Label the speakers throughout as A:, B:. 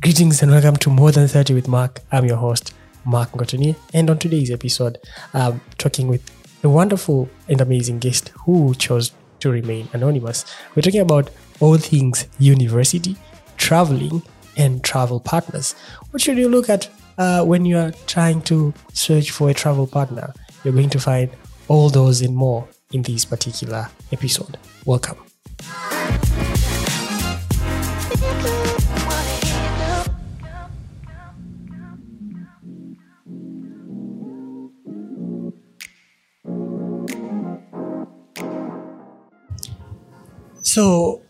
A: Greetings and welcome to More Than 30 with Mark. I'm your host, Mark Ngotoni, and on today's episode, I'm talking with a wonderful and amazing guest who chose to remain anonymous. We're talking about all things university, traveling, and travel partners. What should you look at uh, when you are trying to search for a travel partner? You're going to find all those and more in this particular episode. Welcome. So,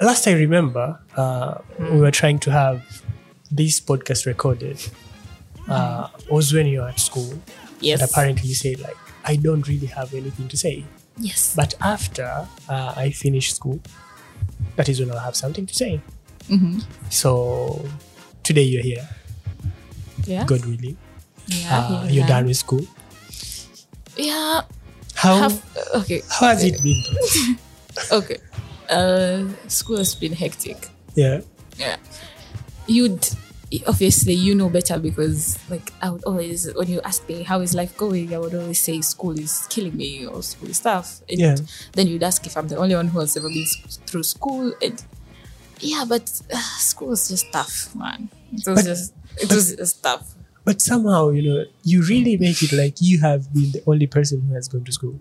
A: last I remember, uh, we were trying to have this podcast recorded. Uh, was when you were at school,
B: Yes.
A: and apparently you said like, "I don't really have anything to say."
B: Yes.
A: But after uh, I finish school, that is when I'll have something to say.
B: Mhm.
A: So today you're here,
B: yeah.
A: God willing.
B: Yeah.
A: uh,
B: yeah.
A: you're done with school.
B: Yeah.
A: How
B: Have, okay.
A: how has it been?
B: Okay. Uh, school has been hectic.
A: yeah,
B: Yeah. You'd obviously you know better because like I would always when you ask me how is life going, I would always say school is killing me or school is tough. And
A: Yeah.
B: Then you'd ask if I'm the only one who has ever been s- through school and yeah, but uh, school was just tough, man. It was
A: But-
B: just it
A: but-
B: was just tough.
A: but somehow you know you really make it like you have been the only person who has gone to school.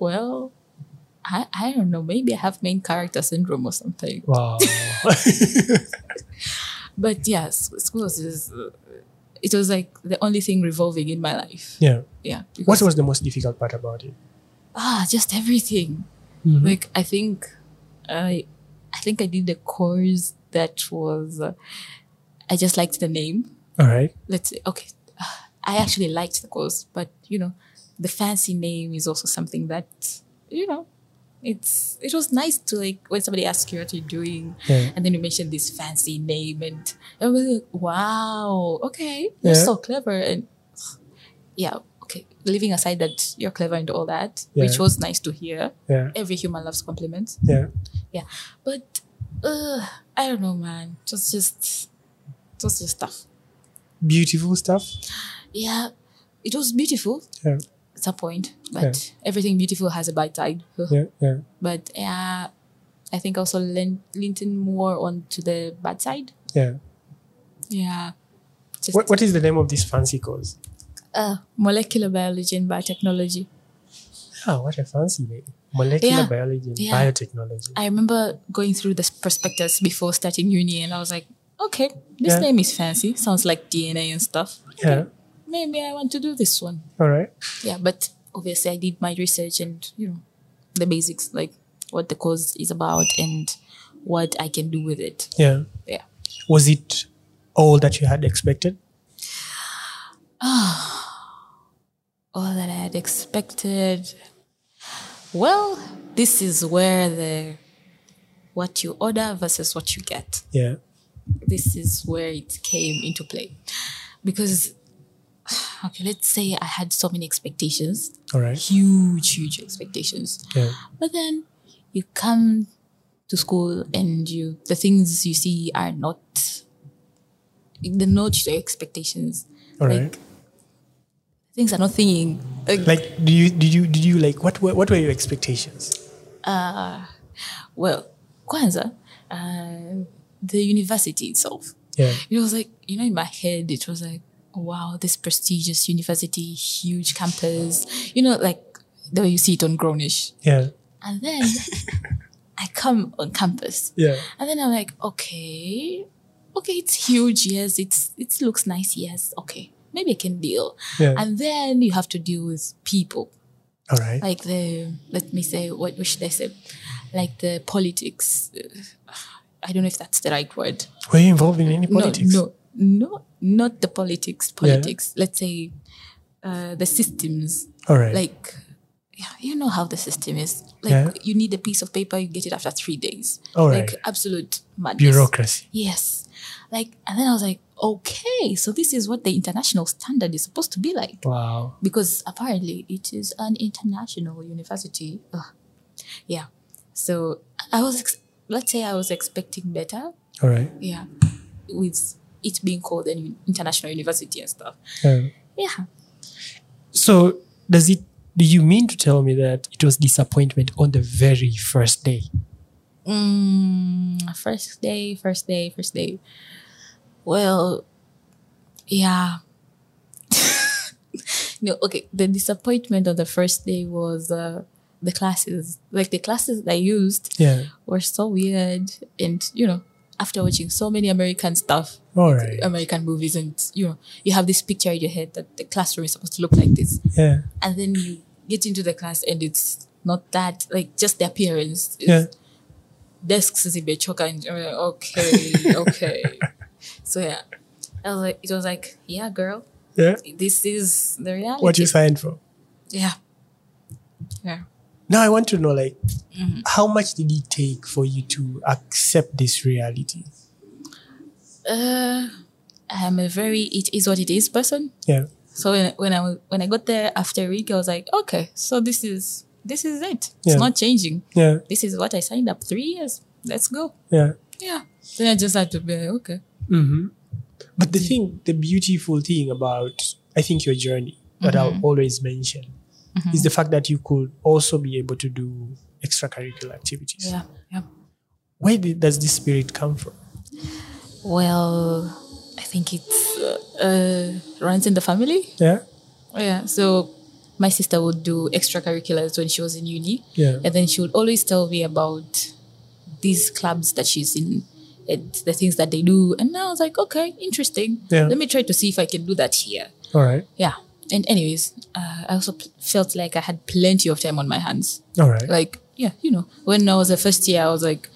B: Well, I, I don't know. Maybe I have main character syndrome or something.
A: Wow.
B: But yes, school was just, uh, it was like the only thing revolving in my life.
A: yeah.
B: Yeah.
A: What
B: because-
A: was the most difficult part about it?
B: Ah, just everything.
A: Mhm.
B: Like I think, I, I think I did a course that was, uh, I just liked the name.
A: All right.
B: Let's say okay, I actually liked the course, but you know, the fancy name is also something that you know. It's it was nice to like when somebody asks you what you're doing,
A: Yeah.
B: And then you mentioned this fancy name, and I was like, wow, okay, you're
A: Yeah.
B: so clever. And yeah, okay, leaving aside that you're clever and all that, which
A: Yeah.
B: was nice to hear.
A: Yeah.
B: Every human loves compliments.
A: Yeah.
B: But uh, I don't know, man. Just, just, just, just stuff.
A: Beautiful stuff.
B: Yeah, it was beautiful
A: Yeah.
B: at some point, but everything beautiful has a bad side.
A: Yeah. Yeah.
B: But yeah, I think I also leaned, leaned in more on to the bad side.
A: Yeah.
B: Yeah. Just,
A: What, what is the name of this fancy course?
B: Uh, molecular biology and biotechnology.
A: Ah, what a fancy name. Molecular
B: Yeah.
A: biology and
B: Yeah.
A: biotechnology.
B: I remember going through the prospectus before starting uni, and I was like, okay, this
A: Yeah.
B: name is fancy. Sounds like DNA and stuff.
A: Yeah.
B: Maybe I want to do this one.
A: All right.
B: Yeah, but obviously I did my research and you know the basics, like what the course is about and what I can do with it.
A: Yeah.
B: Yeah.
A: Was it all that you had expected?
B: all that I had expected. Well, this is where the what you order versus what you get.
A: Yeah.
B: This is where it came into play. Because okay, let's say I had so many expectations,
A: All right.
B: huge, huge expectations.
A: Yeah.
B: But then you come to school and you the things you see are not the not your expectations.
A: All right.
B: Like things are not thing. Like,
A: Like, do you did you did you like what were what were your expectations?
B: uh, well, Kwanzaa, uh, the university itself.
A: Yeah.
B: It was like, you know, in my head, it was like, wow, this prestigious university, huge campus, you know, like the way you see it on Grownish.
A: Yeah.
B: And then I come on campus
A: Yeah.
B: and then I'm like, okay, okay, it's huge. Yes, it's it looks nice. Yes, okay, maybe I can deal.
A: Yeah.
B: And then you have to deal with people,
A: All right.
B: like the let me say what, what should I say, like the politics. Uh, I don't know if that's the right word.
A: Were you involved in any politics?
B: No, no, no, not the politics. Politics. Let's say uh, the systems
A: All right.
B: like yeah, you know how the system is. Like
A: Yeah.
B: you need a piece of paper, you get it after three days.
A: All
B: like
A: right.
B: absolute madness.
A: Bureaucracy.
B: Yes. Like and then I was like, okay, so this is what the international standard is supposed to be like.
A: Wow.
B: Because apparently it is an international university. Ugh. Yeah. So I was ex- let's say I was expecting better.
A: All right.
B: Yeah. with it being called an u- international university and stuff.
A: Yeah.
B: Yeah.
A: Um, So does it? Do you mean to tell me that it was disappointment on the very first day?
B: Mm, first day, first day, first day. Well, yeah. no, okay. The disappointment on the first day was uh, the classes. Like the classes that I used
A: Yeah.
B: were so weird, and you know, after watching so many American stuff,
A: All right.
B: American movies, and you know, you have this picture in your head that the classroom is supposed to look like this,
A: Yeah.
B: and then you get into the class and it's not that. Like just the appearance. is-
A: Yeah.
B: desks zimechoka nje. I'm like, okay okay so yeah I was like, it was like yeah girl
A: Yeah.
B: this is the reality
A: What you signed for?
B: yeah yeah
A: Now I want to know, like, how much did it take for you to accept this reality?
B: uh, I'm a very it is what it is person
A: Yeah.
B: so when, when I was, when I got there after a week I was like okay so this is this is it
A: Yeah.
B: it's not changing
A: Yeah.
B: this is what I signed up three years let's go
A: Yeah.
B: yeah then I just had to be like okay
A: Mm-hmm. But the thing, the beautiful thing about, I think, your journey that I'll always mention is the fact that you could also be able to do extracurricular activities.
B: yeah yeah
A: Where did, does this spirit come from?
B: well I think it's uh, uh, runs in the family
A: Yeah.
B: Yeah. So my sister would do extracurriculars when she was in uni.
A: Yeah.
B: And then she would always tell me about these clubs that she's in and the things that they do. And I was like, okay, interesting.
A: Yeah.
B: Let me try to see if I can do that here.
A: All right.
B: Yeah. And anyways, uh, I also p- felt like I had plenty of time on my hands.
A: All right.
B: Like, yeah, you know, when I was the first year, I was like,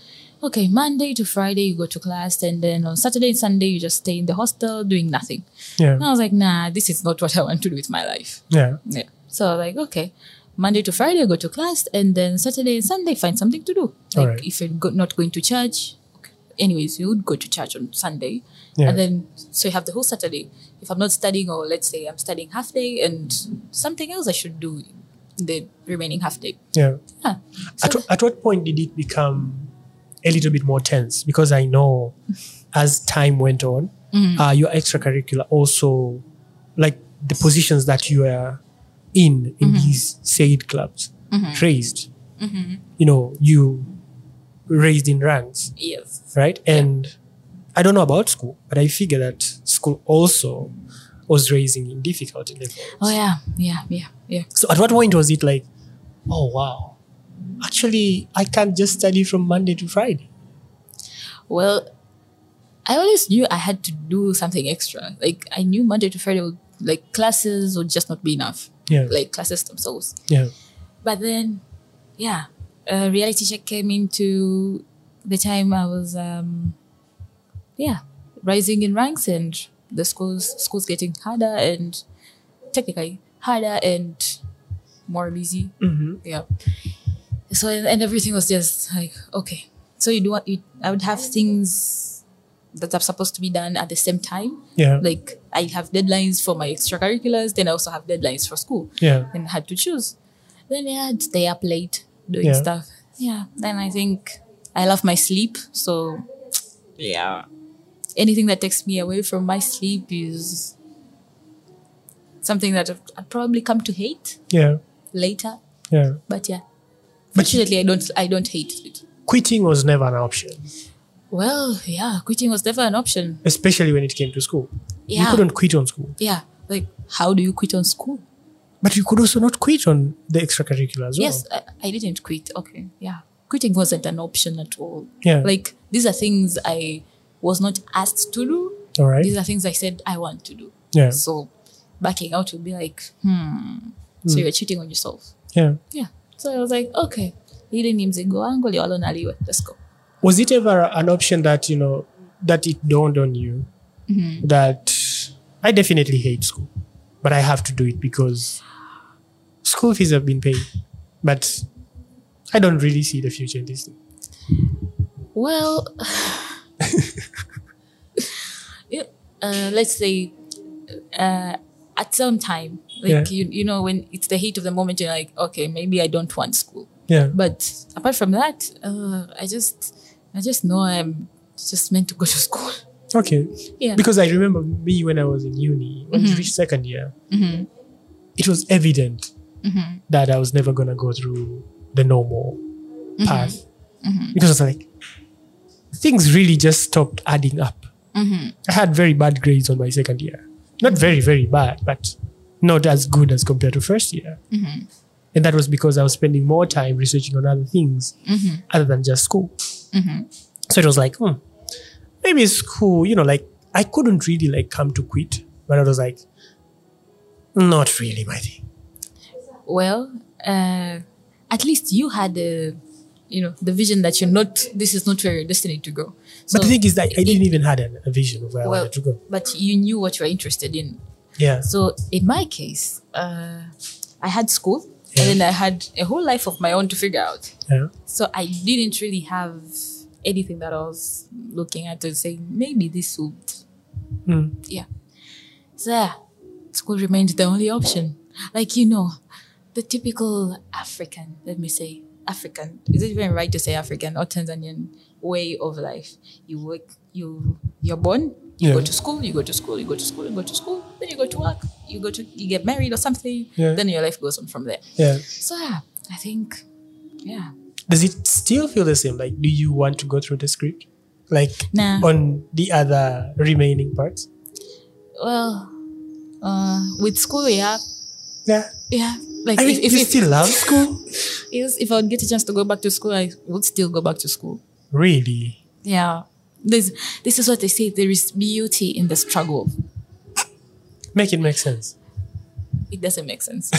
B: okay, Monday to Friday, you go to class. And then on Saturday and Sunday, you just stay in the hostel doing nothing. And
A: yeah.
B: I was like, nah, this is not what I want to do with my life.
A: Yeah.
B: Yeah. So I was like, okay, Monday to Friday, I go to class, and then Saturday and Sunday, find something to do. Like
A: Alright.
B: if you're go- not going to church, okay. anyways, you would go to church on Sunday,
A: Yeah.
B: and then so you have the whole Saturday. If I'm not studying, or let's say I'm studying half day, and something else I should do the remaining half day.
A: Yeah.
B: Yeah.
A: at, wh- at what point did it become a little bit more tense? Because I know as time went on,
B: Mm-hmm.
A: uh, your extracurricular also, like the positions that you were in
B: Mm-hmm.
A: in these said clubs, raised.
B: Mm-hmm.
A: You know, you raised in ranks,
B: Yes.
A: right? And I don't know about school, but I figure that school also was raising in difficulty level.
B: Oh yeah, yeah, yeah, yeah.
A: So at what point was it like, oh wow, actually I can't just study from Monday to Friday?
B: Well, I always knew I had to do something extra. Like I knew Monday to Friday, would, like classes would just not be enough.
A: Yeah,
B: Like classes themselves.
A: yeah,
B: But then, yeah, uh, reality check came into the time I was, um, yeah, rising in ranks and the schools schools getting harder and technically harder and more busy.
A: mm-hmm.
B: Yeah. So and, and everything was just like okay. So you do what you. I would have things that are supposed to be done at the same time.
A: yeah,
B: Like I have deadlines for my extracurriculars. Then I also have deadlines for school
A: yeah,
B: and had to choose. Then yeah, I'd stay up late doing
A: Yeah.
B: stuff. Yeah. Then I think I love my sleep. So yeah, anything that takes me away from my sleep is something that I've- I'd probably come to hate
A: yeah,
B: later.
A: yeah.
B: But yeah,
A: But-
B: fortunately, I don't I don't hate it.
A: Quitting was never an option,
B: Well, yeah, quitting was never an option.
A: especially when it came to school. You
B: Yeah.
A: couldn't quit on school,
B: Yeah, like how do you quit on school?
A: but you could also not quit on the extracurricular as well.
B: Yes, I, I didn't quit. Okay, yeah, quitting wasn't an option at all.
A: Yeah.
B: like these are things I was not asked to do.
A: All right.
B: These are things I said I want to do.
A: Yeah.
B: So backing out would be like, hmm. So you're cheating on yourself.
A: Yeah.
B: Yeah. So I was like, okay, hili ni mzigo wangu liwalo naliwe. Let's go.
A: Was it ever an option that you know that it dawned on you that I definitely hate school, but I have to do it because school fees have been paid, but I don't really see the future in this thing.
B: Well, yeah, uh, let's say uh, at some time, like
A: Yeah.
B: you, you know, when it's the heat of the moment, you're like, okay, maybe I don't want school.
A: Yeah,
B: But apart from that, uh, I just, I just know I'm just meant to go to school.
A: Okay.
B: Yeah.
A: Because I remember me when I was in uni, when we reached second year,
B: hmm
A: it was evident
B: hmm
A: that I was never gonna go through the normal path. Because I was like, things really just stopped adding up.
B: hmm
A: I had very bad grades on my second year. Not very, very bad, but not as good as compared to first year.
B: hmm
A: And that was because I was spending more time researching on other things
B: hmm
A: other than just school.
B: hmm
A: So it was like, hmm, maybe school, you know, like I couldn't really like come to quit, but I was like, not really my thing.
B: Well, uh, at least you had the, you know, the vision that you're not. This is not where you're destined to go. So,
A: But the thing is that I didn't even had an, a vision of where I
B: Mm. Well-
A: wanted to go.
B: but you knew what you were interested in.
A: Yeah.
B: So in my case, uh, I had school,
A: Yeah.
B: and then I had a whole life of my own to figure out.
A: yeah.
B: So I didn't really have anything that I was looking at and saying maybe this would.
A: Hmm.
B: Yeah. So yeah, school remained the only option. Like you know, the typical African, let me say African. Is it even right to say African or Tanzanian way of life? You work, you you're born, you
A: Yeah.
B: go to school, you go to school, you go to school, you go to school, then you go to work, you go to you get married or something,
A: Yeah.
B: then your life goes on from there.
A: Yeah.
B: So yeah, I think yeah.
A: Does it still feel the same? Like, do you want to go through the script? Like
B: Nah.
A: on the other remaining parts?
B: Well, uh, with school, yeah,
A: Yeah.
B: yeah. Like
A: I mean,
B: if,
A: you
B: if, if,
A: still love school?
B: yes, if I would get a chance to go back to school, I would still go back to school.
A: Really?
B: Yeah. This this is what they say. There is beauty in the struggle.
A: Make it make sense.
B: It doesn't make sense.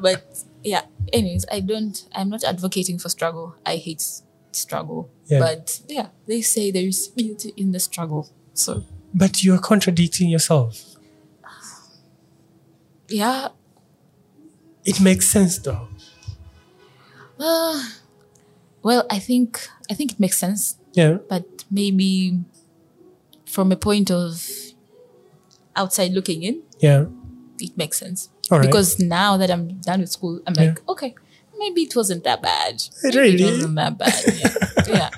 B: but yeah. Anyways, I don't. I'm not advocating for struggle. I hate s- struggle.
A: Yeah.
B: But yeah, they say there is beauty in the struggle. So
A: But you're contradicting yourself.
B: yeah.
A: It makes sense though.
B: Uh, well, I think I think it makes sense
A: Yeah.
B: but maybe from a point of outside looking in,
A: Yeah.
B: it makes sense.
A: All right.
B: Because now that I'm done with school, I'm
A: Yeah.
B: like, okay, maybe it wasn't that bad.
A: It
B: Maybe
A: really-
B: it wasn't that bad. Yeah. yeah.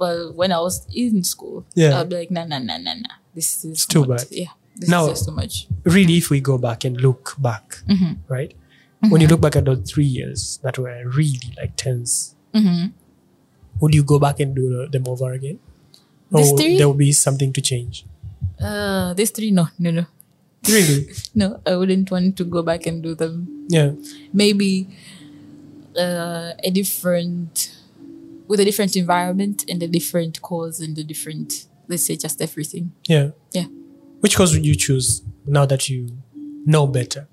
B: But when I was in school,
A: Yeah.
B: I'd be like, nah, nah, nah, nah, nah. This is
A: too
B: not-
A: bad.
B: Yeah. This
A: Now-
B: is just too much.
A: really if we go back and look back
B: Mm-hmm.
A: right when you look back at those three years that were really like tense
B: Mhm.
A: would you go back and do them over again
B: These
A: or
B: three?
A: there will be something to change
B: Uh, these three, no, no, no.
A: really
B: No, I wouldn't want to go back and do them
A: yeah
B: maybe uh, a different with a different environment and a different cause and a different let's say just everything
A: yeah
B: yeah
A: which course would you choose now that you know better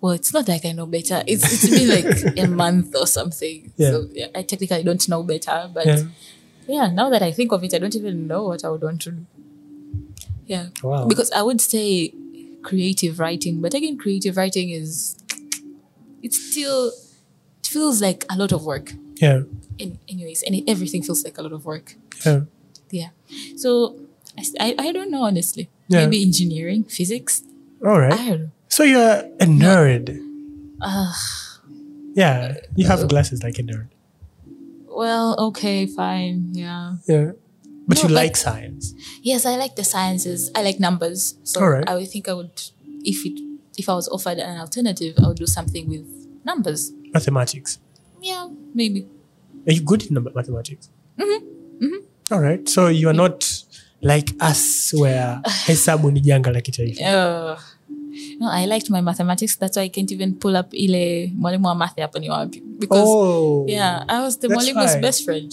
B: well it's not like i know better it's, it's been like a month or something
A: Yeah.
B: so yeah, i technically don't know better but
A: yeah
B: yeah. now that i think of it i don't even know what i would want to do yeah
A: wow
B: because i would say creative writing but again creative writing is it's still it feels like a lot of work
A: yeah
B: in, anyways and everything feels like a lot of work
A: yeah
B: yeah so I, s- I- I don't know honestly
A: Yeah.
B: maybe engineering physics
A: all right
B: i don't know
A: so you're a nerd
B: uh,
A: yeah you have glasses like a nerd
B: well okay fine yeah
A: yeah but
B: No,
A: you
B: but-
A: like science
B: yes i like the sciences i like numbers so
A: Alright.
B: i would think i would if it if i was offered an alternative i would do something with numbers
A: mathematics
B: yeah maybe
A: Are you good in number- mathematics? Mm-hmm. right. So you are not like us where hesabu ni janga la kitaifa.
B: uh, no i liked my mathematics that's why i can't even pull up ile mwalimu wa math hapo ni wapi because
A: Oh.
B: yeah i was the
A: That's
B: mwalimu's
A: why.
B: best friend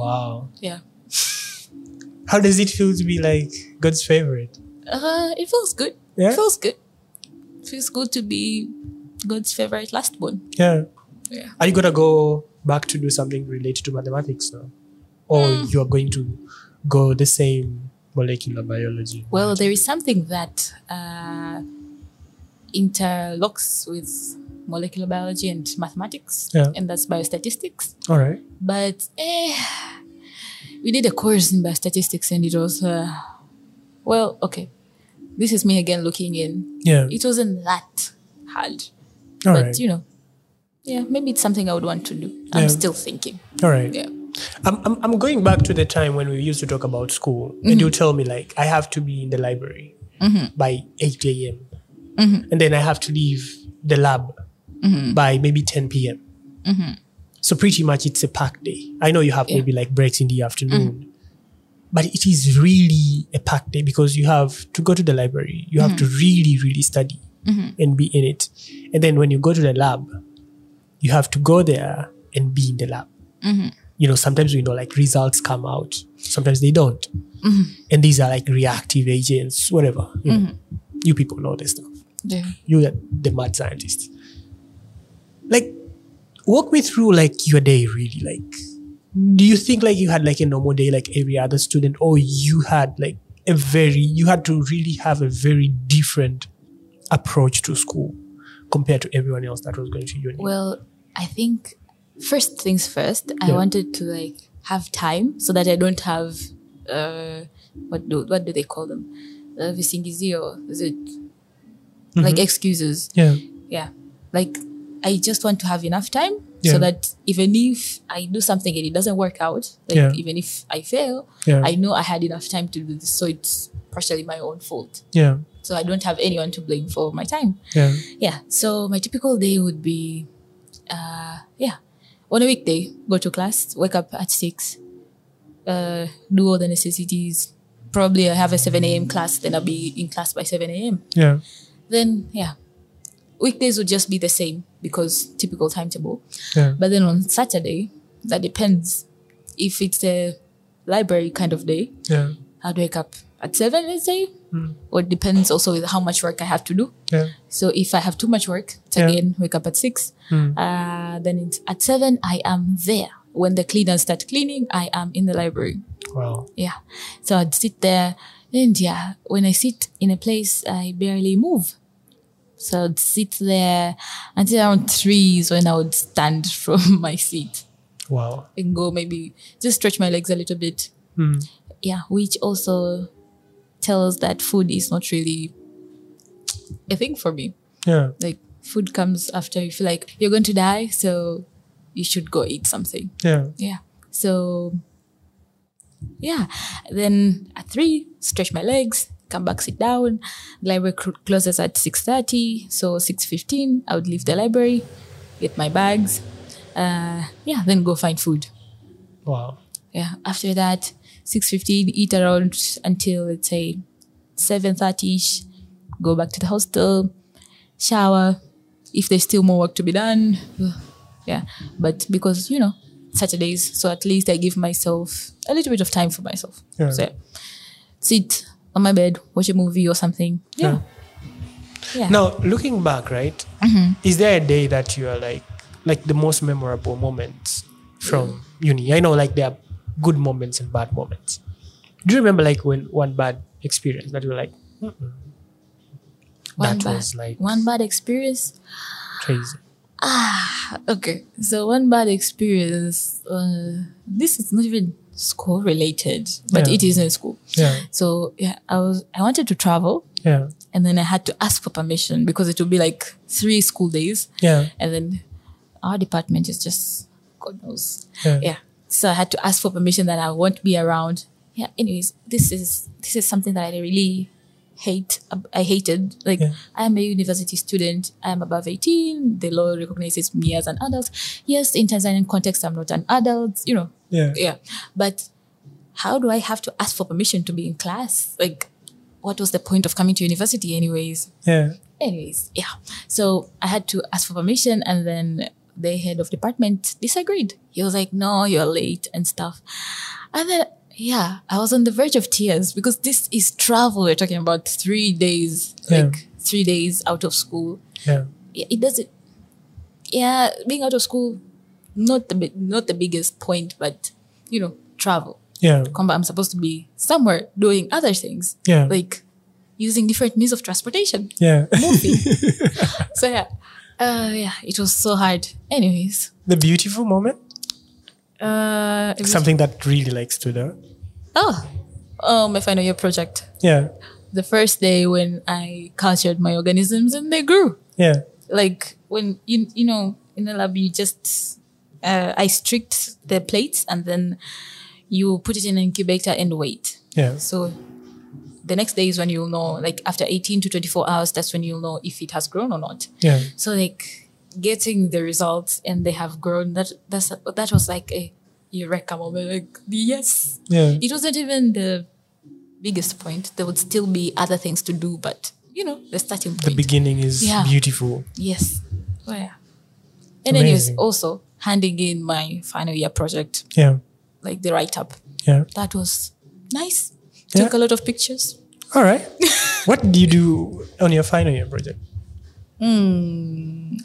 A: Wow.
B: yeah
A: How does it feel to be like God's favorite?
B: Uh, it feels good.
A: Yeah?
B: It feels good. It feels good to be God's favorite last born.
A: Yeah.
B: Yeah.
A: Are you going to go back to do something related to mathematics now? Or
B: Mm.
A: you are going to go the same molecular biology?
B: Well, there is something that uh, interlocks with molecular biology and mathematics,
A: Yeah.
B: and that's biostatistics.
A: All right.
B: But eh, we did a course in biostatistics, and it was, uh, well, okay. This is me again looking in.
A: Yeah.
B: It wasn't that hard,
A: All
B: but
A: right.
B: you know, yeah, maybe it's something I would want to do.
A: Yeah.
B: I'm still thinking.
A: All right.
B: Yeah.
A: I'm, I'm, I'm going back to the time when we used to talk about school, and you tell me, like, I have to be in the library by 8 a.m., and then I have to leave the lab by maybe 10 p.m. So, pretty much, it's a packed day. I know you have maybe like breaks in the afternoon, but it is really a packed day because you have to go to the library, you have to really, really study and be in it. And then when you go to the lab, you have to go there and be in the lab. You know, sometimes we know like results come out, sometimes they don't. And these are like reactive agents, whatever. You, know. You people know this stuff.
B: Yeah.
A: You are the mad scientist. Like, walk me through like your day really. Like, do you think like you had like a normal day like every other student, or you had like a very you had to really have a very different approach to school compared to everyone else that was going to uni?
B: Well, I think first things first, I
A: Yeah.
B: wanted to like have time so that I don't have uh what do what do they call them? Uh, visingizio, is it
A: Mm-hmm.
B: like excuses?
A: yeah.
B: yeah like i just want to have enough time
A: Yeah.
B: so that even if i do something and it doesn't work out like
A: Yeah.
B: even if i fail
A: Yeah.
B: i know i had enough time to do this so it's partially my own fault
A: yeah.
B: so i don't have anyone to blame for my time
A: Yeah.
B: yeah so my typical day would be uh yeah on a weekday go to class wake up at six uh do all the necessities probably i have a 7 a.m class then i'll be in class by 7 a.m
A: Yeah.
B: then yeah, weekdays would just be the same because typical timetable.
A: Yeah.
B: But then on Saturday, that depends. If it's a library kind of day,
A: Yeah.
B: I'd wake up at seven, let's say, or it depends also with how much work I have to do.
A: Yeah.
B: So if I have too much work, it's
A: Yeah.
B: again wake up at six. Uh, then it's at seven, I am there. When the cleaners start cleaning, I am in the library.
A: Wow.
B: Yeah. So I'd sit there and yeah, when I sit in a place, I barely move. So I'd sit there until around three is when I would stand from my seat
A: Wow.
B: and go maybe just stretch my legs a little bit. Yeah. Which also tells that food is not really a thing for me.
A: Yeah.
B: Like food comes after you feel like you're going to die. So you should go eat something.
A: Yeah.
B: Yeah. So, yeah. Then at three, stretch my legs, come back, sit down. library cl- closes at six thirty, so six fifteen, I would leave the library, get my bags. Uh, yeah. Then go find food.
A: Wow.
B: Yeah. After that, six fifteen, eat around until let's say seven thirty ish. Go back to the hostel, shower. If there's still more work to be done, yeah. But because you know Saturdays, so at least I give myself a little bit of time for myself.
A: Yeah.
B: So yeah. sit on my bed, watch a movie or something. Yeah. Yeah.
A: Now, looking back, right?
B: Mm-hmm.
A: Is there a day that you are like, like the most memorable moments from uni? I know, like there are good moments and bad moments. Do you remember like when one bad experience that you were like, "Mm-mm,
B: one
A: that
B: bad,
A: was like
B: one bad experience.
A: crazy?
B: Okay, so one bad experience. Uh, this is not even school related, but
A: Yeah.
B: it is in school.
A: Yeah,
B: So yeah, I was I wanted to travel,
A: yeah,
B: and then I had to ask for permission because it would be like three school days,
A: yeah,
B: and then our department is just God knows.
A: yeah,
B: Yeah, so I had to ask for permission that I won't be around. Yeah. Anyways, this is this is something that I really hate. I hated like
A: Yeah.
B: I am a university student. I am above eighteen. The law recognizes me as an adult. Yes, in Tanzanian context, I'm not an adult. You know,
A: yeah,
B: yeah but how do i have to ask for permission to be in class like what was the point of coming to university anyways
A: yeah,
B: anyways yeah so i had to ask for permission and then the head of department disagreed he was like no you're late and stuff and then yeah i was on the verge of tears because this is travel we're talking about three days
A: Yeah.
B: like three days out of school
A: yeah,
B: yeah, it doesn't. Yeah, being out of school, not the bi- not the biggest point, but you know, travel.
A: yeah,
B: Kwamba I'm supposed to be somewhere doing other things,
A: Yeah.
B: like using different means of transportation.
A: yeah.
B: So yeah, uh, yeah, it was so hard. Anyways,
A: the beautiful moment,
B: uh, it was-
A: something that really like stood out.
B: oh, oh, my final year project.
A: Yeah,
B: The first day when I cultured my organisms and they grew.
A: yeah,
B: like when you you know in the lab you just uh, I strict the plates and then you put it in an incubator and wait.
A: Yeah.
B: So the next day is when you'll know, like after 18 to 24 hours, that's when you'll know if it has grown or not.
A: Yeah.
B: So like getting the results and they have grown, that that's that was like a eureka moment. Like yes.
A: Yeah.
B: It wasn't even the biggest point. There would still be other things to do, but you know, the starting point.
A: The beginning is
B: Yeah.
A: beautiful.
B: Yes. Oh, yeah. And then anyways,
A: Amazing.
B: also handing in my final year project,
A: Yeah.
B: like the write up.
A: Yeah.
B: That was nice.
A: Yeah.
B: Took a lot of pictures.
A: All right. what did you do on your final year project?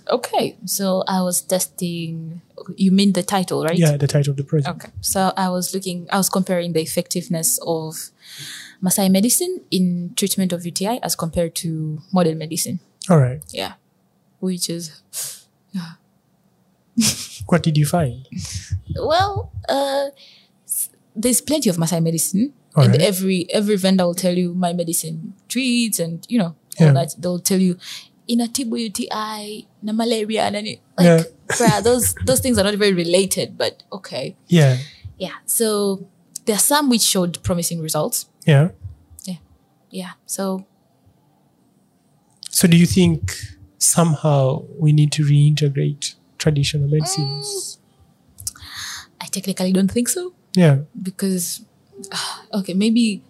B: Okay. So I was testing you mean the title, right?
A: Yeah, the title of the project.
B: Okay. So I was looking I was comparing the effectiveness of Maasai medicine in treatment of UTI as compared to modern medicine.
A: All right.
B: Yeah. Which is
A: What did you find?
B: Well, uh, s- there's plenty of Maasai medicine,
A: All
B: and
A: right.
B: every every vendor will tell you my medicine treats, and you know
A: Yeah.
B: all that. They'll tell you inatibu UTI, na malaria, and any like,
A: Yeah.
B: bruh, those those things are not very related. But okay,
A: Yeah.
B: yeah. So there are some which showed promising results.
A: Yeah.
B: Yeah. So
A: So do you think somehow we need to reintegrate traditional medicines?
B: I technically don't think so
A: Yeah.
B: because ah, okay, maybe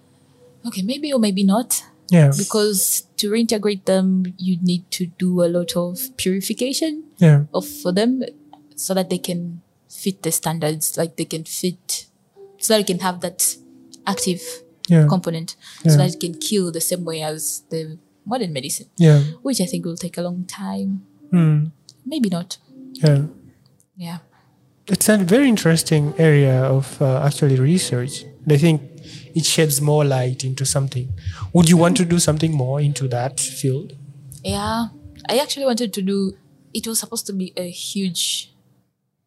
B: okay, maybe or maybe not.
A: Yeah.
B: because to reintegrate them you need to do a lot of purification
A: Yeah.
B: of for them so that they can fit the standards like they can fit so that you can have that active
A: Yeah.
B: component
A: Yeah.
B: so that it can kill the same way as the modern medicine
A: Yeah.
B: which i think will take a long time
A: Mm.
B: maybe not
A: Yeah.
B: yeah
A: It's a very interesting area of uh, actually research. And I think it sheds more light into something. Would you want to do something more into that field?
B: yeah i actually wanted to do it was supposed to be a huge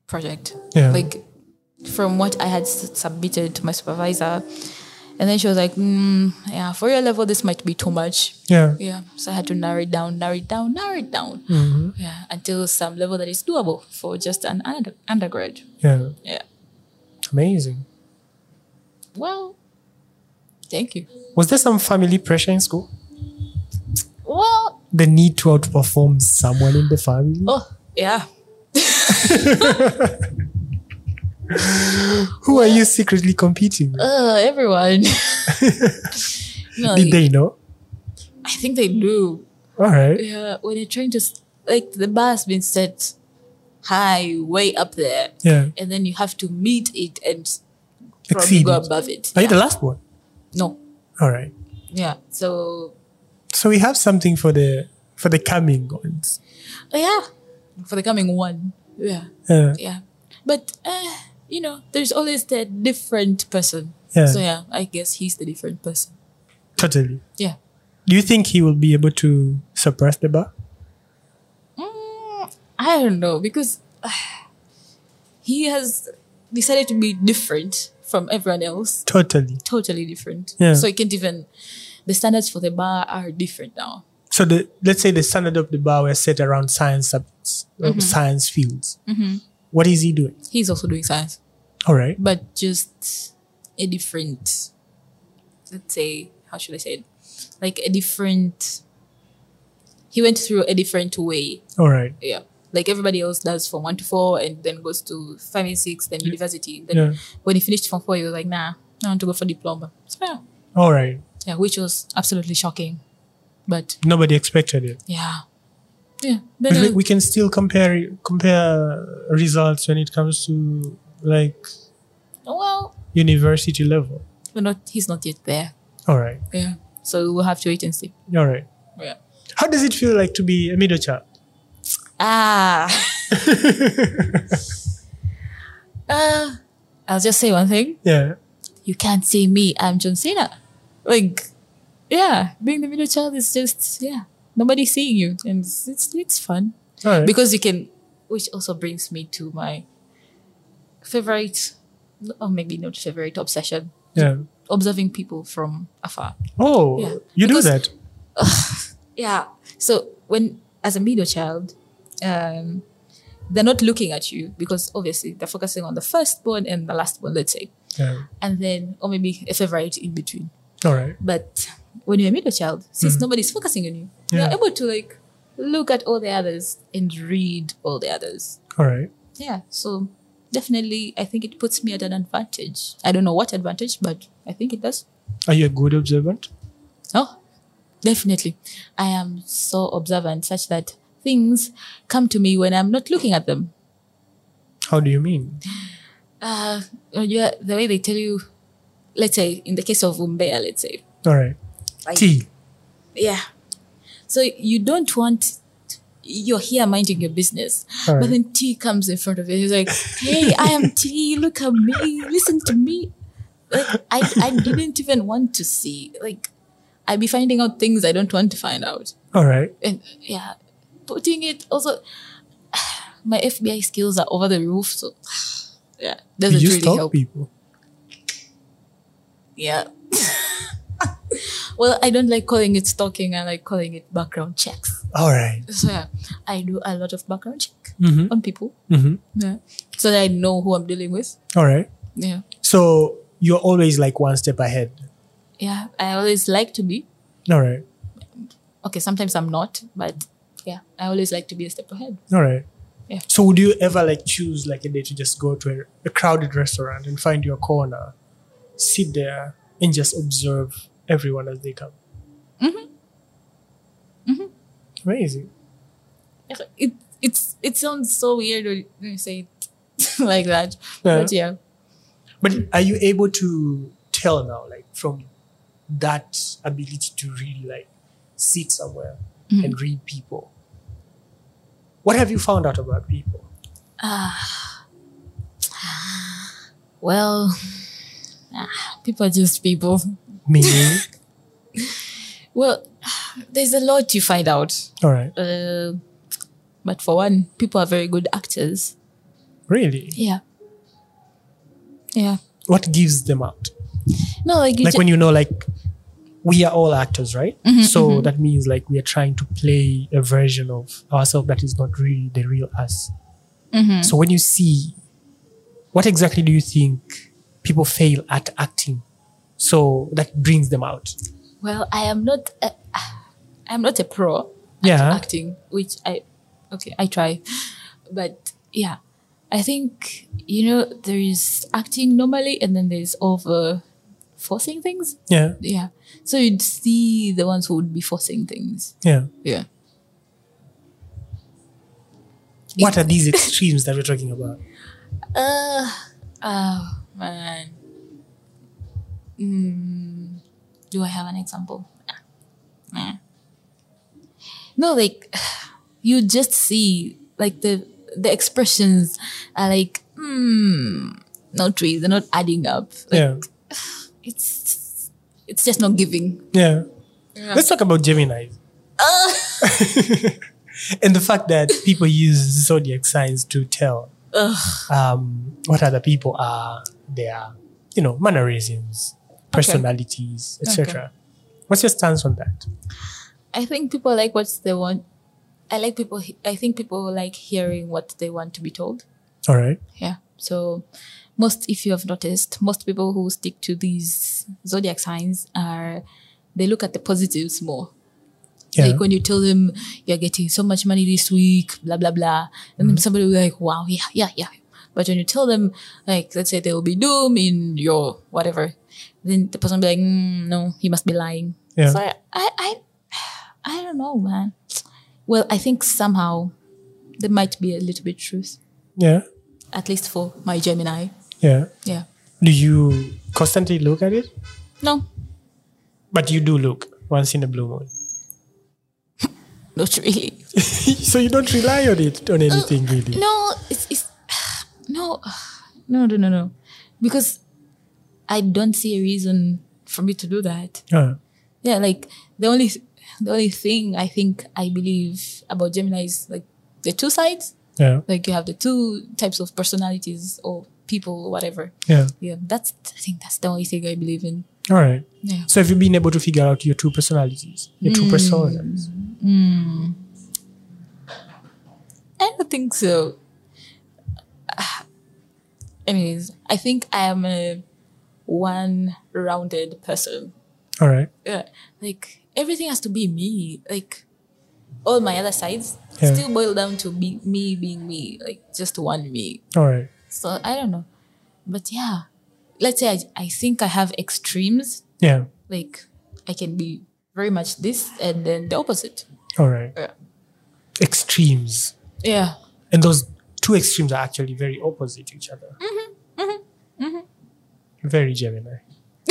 B: project
A: Yeah.
B: like from what I had s- submitted to my supervisor. And then she was like, mm, yeah, for your level, this might be too much.
A: yeah.
B: Yeah. So I had to narrow it down, narrow it down, narrow it down.
A: Mm-hmm.
B: Yeah. Until some level that is doable for just an under- undergrad.
A: Yeah.
B: Yeah.
A: Amazing.
B: Well, thank you.
A: Was there some family pressure in school?
B: Well,
A: The need to outperform someone in the family?
B: oh, yeah.
A: Who are you secretly competing with?
B: Uh, everyone. no,
A: Did they know?
B: I think they do.
A: All right.
B: Yeah. When you're trying to, s- like, the bar has been set high, way up there.
A: Yeah.
B: and then you have to meet it and probably
A: Exceed.
B: go
A: it.
B: above it.
A: Are you the
B: Yeah.
A: last one?
B: No.
A: All right.
B: Yeah. So
A: So we have something for the for the coming ones.
B: uh, yeah, for the coming one. Yeah.
A: Yeah.
B: Yeah. But uh, you know, there's always the different person.
A: Yeah.
B: So yeah, I guess he's the different person.
A: Totally.
B: Yeah.
A: Do you think he will be able to suppress the bar?
B: Mm, I don't know because uh, he has decided to be different from everyone else.
A: Totally.
B: Totally different.
A: Yeah.
B: So he can't even. The standards for the bar are different now.
A: So the let's say the standard of the bar were set around science subjects, uh, science fields. What is he doing?
B: He's also doing science.
A: All right.
B: but just a different let's say how should i say it like a different he went through a different way
A: All right.
B: yeah like everybody else does from one to four and then goes to five and six then university then
A: Yeah.
B: when he finished from four he was like nah i want to go for diploma so yeah,
A: All right.
B: yeah which was absolutely shocking but
A: Nobody expected it.
B: yeah yeah
A: But
B: then I
A: we,
B: was-
A: we can still compare compare results when it comes to like
B: well
A: university level.
B: we're not he's not yet there
A: All right.
B: yeah so we'll have to wait and see
A: All right.
B: yeah
A: How does it feel like to be a middle child?
B: Ah. uh, I'll just say one thing.
A: Yeah.
B: You can't see me. I'm John Cena. Like, yeah, being the middle child is just, yeah, nobody's seeing you. And it's, it's, it's fun.
A: All right.
B: Because you can, which also brings me to my favorite, or maybe not favorite, obsession
A: yeah.
B: observing people from afar.
A: Oh,
B: Yeah.
A: you
B: Because-
A: do that.
B: yeah so when as a middle child um they're not looking at you because obviously they're focusing on the firstborn and the lastborn, let's say,
A: Yeah.
B: and then or maybe a favorite in between.
A: All right.
B: But when you're a middle child, since nobody's focusing on you,
A: Yeah.
B: you're able to like look at all the others and read all the others.
A: All right.
B: Yeah, so definitely, I think it puts me at an advantage. I don't know what advantage, but I think it does.
A: Are you a good observant?
B: Oh, definitely. I am so observant such that things come to me when I'm not looking at them.
A: How do you mean?
B: Uh, you the way they tell you, let's say, in the case of Umbea, let's say.
A: All right.
B: like-
A: Tea.
B: Yeah. So you don't want, you're here minding your business.
A: All
B: But
A: right.
B: then T comes in front of you. He's like, hey, I am T. Look at me. Listen to me. Like, I, I didn't even want to see. Like, I'd be finding out things I don't want to find out.
A: All right.
B: and yeah, putting it also. My FBI skills are over the roof, so yeah,
A: Did
B: doesn't
A: you
B: really
A: stalk
B: help.
A: people?
B: Yeah. well, I don't like calling it stalking. I like calling it background checks.
A: All right.
B: So yeah, I do a lot of background check
A: Mm-hmm.
B: on people.
A: Mm-hmm.
B: Yeah, so that I know who I'm dealing with.
A: All right.
B: Yeah,
A: So you're always like one step ahead.
B: yeah. I always like to be.
A: All right.
B: Okay, sometimes I'm not, but yeah, I always like to be a step ahead.
A: All right.
B: Yeah.
A: So would you ever like choose like a day to just go to a, a crowded restaurant and find your corner, sit there and just observe everyone as they come? Mm-hmm. Mm-hmm. Amazing.
B: It it's it sounds so weird when you say it like that,
A: Yeah.
B: but yeah.
A: But are you able to tell now, like from that ability to really like sit somewhere and read people? What have you found out about people?
B: Well, ah, people are just people.
A: Meaning,
B: Well, there's a lot you find out.
A: all right,
B: Uh, but for one, people are very good actors.
A: really,
B: Yeah. Yeah.
A: what gives them out?
B: No, like you
A: like
B: ju- Mm-hmm,
A: when you know, like we are all actors, right? so that means like we are trying to play a version of ourselves that is not really the real us.
B: Mm-hmm.
A: So when you see, what exactly do you think people fail at acting? So that brings them out.
B: well, I am not. A, I'm not a pro
A: Yeah.
B: acting, which I, okay, I try, but yeah, I think you know there is acting normally, and then there's over forcing things.
A: Yeah.
B: Yeah. So you'd see the ones who would be forcing things.
A: Yeah.
B: Yeah.
A: What are these extremes that we're talking about?
B: Uh, oh, man. Mm, do I have an example? Nah. No, like, you just see, like, the the expressions are like, hmm, not really, they're not adding up. Like,
A: Yeah.
B: It's it's just not giving.
A: Yeah.
B: Yeah.
A: Let's talk about Gemini
B: Ah!
A: and the fact that people use zodiac signs to tell um, what other people are, their, you know, mannerisms, personalities, etc. What's your stance on that?
B: I think people like what they want. I like people. I think people like hearing what they want to be told.
A: All right.
B: Yeah. So, most, if you have noticed, most people who stick to these zodiac signs are they look at the positives more.
A: Yeah.
B: Like when you tell them you're getting so much money this week, blah blah blah, and then
A: Mm-hmm.
B: somebody will be like, "Wow, yeah, yeah, yeah." But when you tell them, like, let's say there will be doom in your whatever, then the person will be like, mm, "No, he must be lying."
A: Yeah.
B: So I, I, I, I don't know, man. Well, I think somehow there might be a little bit truth,
A: yeah.
B: at least for my Gemini.
A: Yeah.
B: Yeah.
A: Do you constantly look at it?
B: No,
A: But you do look once in a blue moon.
B: not really.
A: so you don't rely on it on anything really.
B: Uh, No, it's, it's no, no, no, no, no, because I don't see a reason for me to do that.
A: Uh,
B: Yeah, like the only the only thing I think I believe about Gemini is like the two sides.
A: yeah.
B: Like you have the two types of personalities or people, whatever.
A: Yeah.
B: Yeah, that's I think that's the only thing I believe in.
A: All right.
B: Yeah. Hmm.
A: So have you been able to figure out your two personalities, your two personas?
B: I don't think so. anyways, I think I am a one-rounded person.
A: All right.
B: Yeah, Uh, like everything has to be me. Like all my other sides
A: Yeah.
B: still boil down to be me being me. Like just one me.
A: All right.
B: So I don't know, but yeah, let's say I, I think I have extremes.
A: Yeah.
B: Like I can be very much this and then the opposite.
A: All right.
B: Yeah.
A: Extremes.
B: Yeah.
A: And those two extremes are actually very opposite to each other. Mm-hmm. Mm-hmm. Mm-hmm. Very Gemini.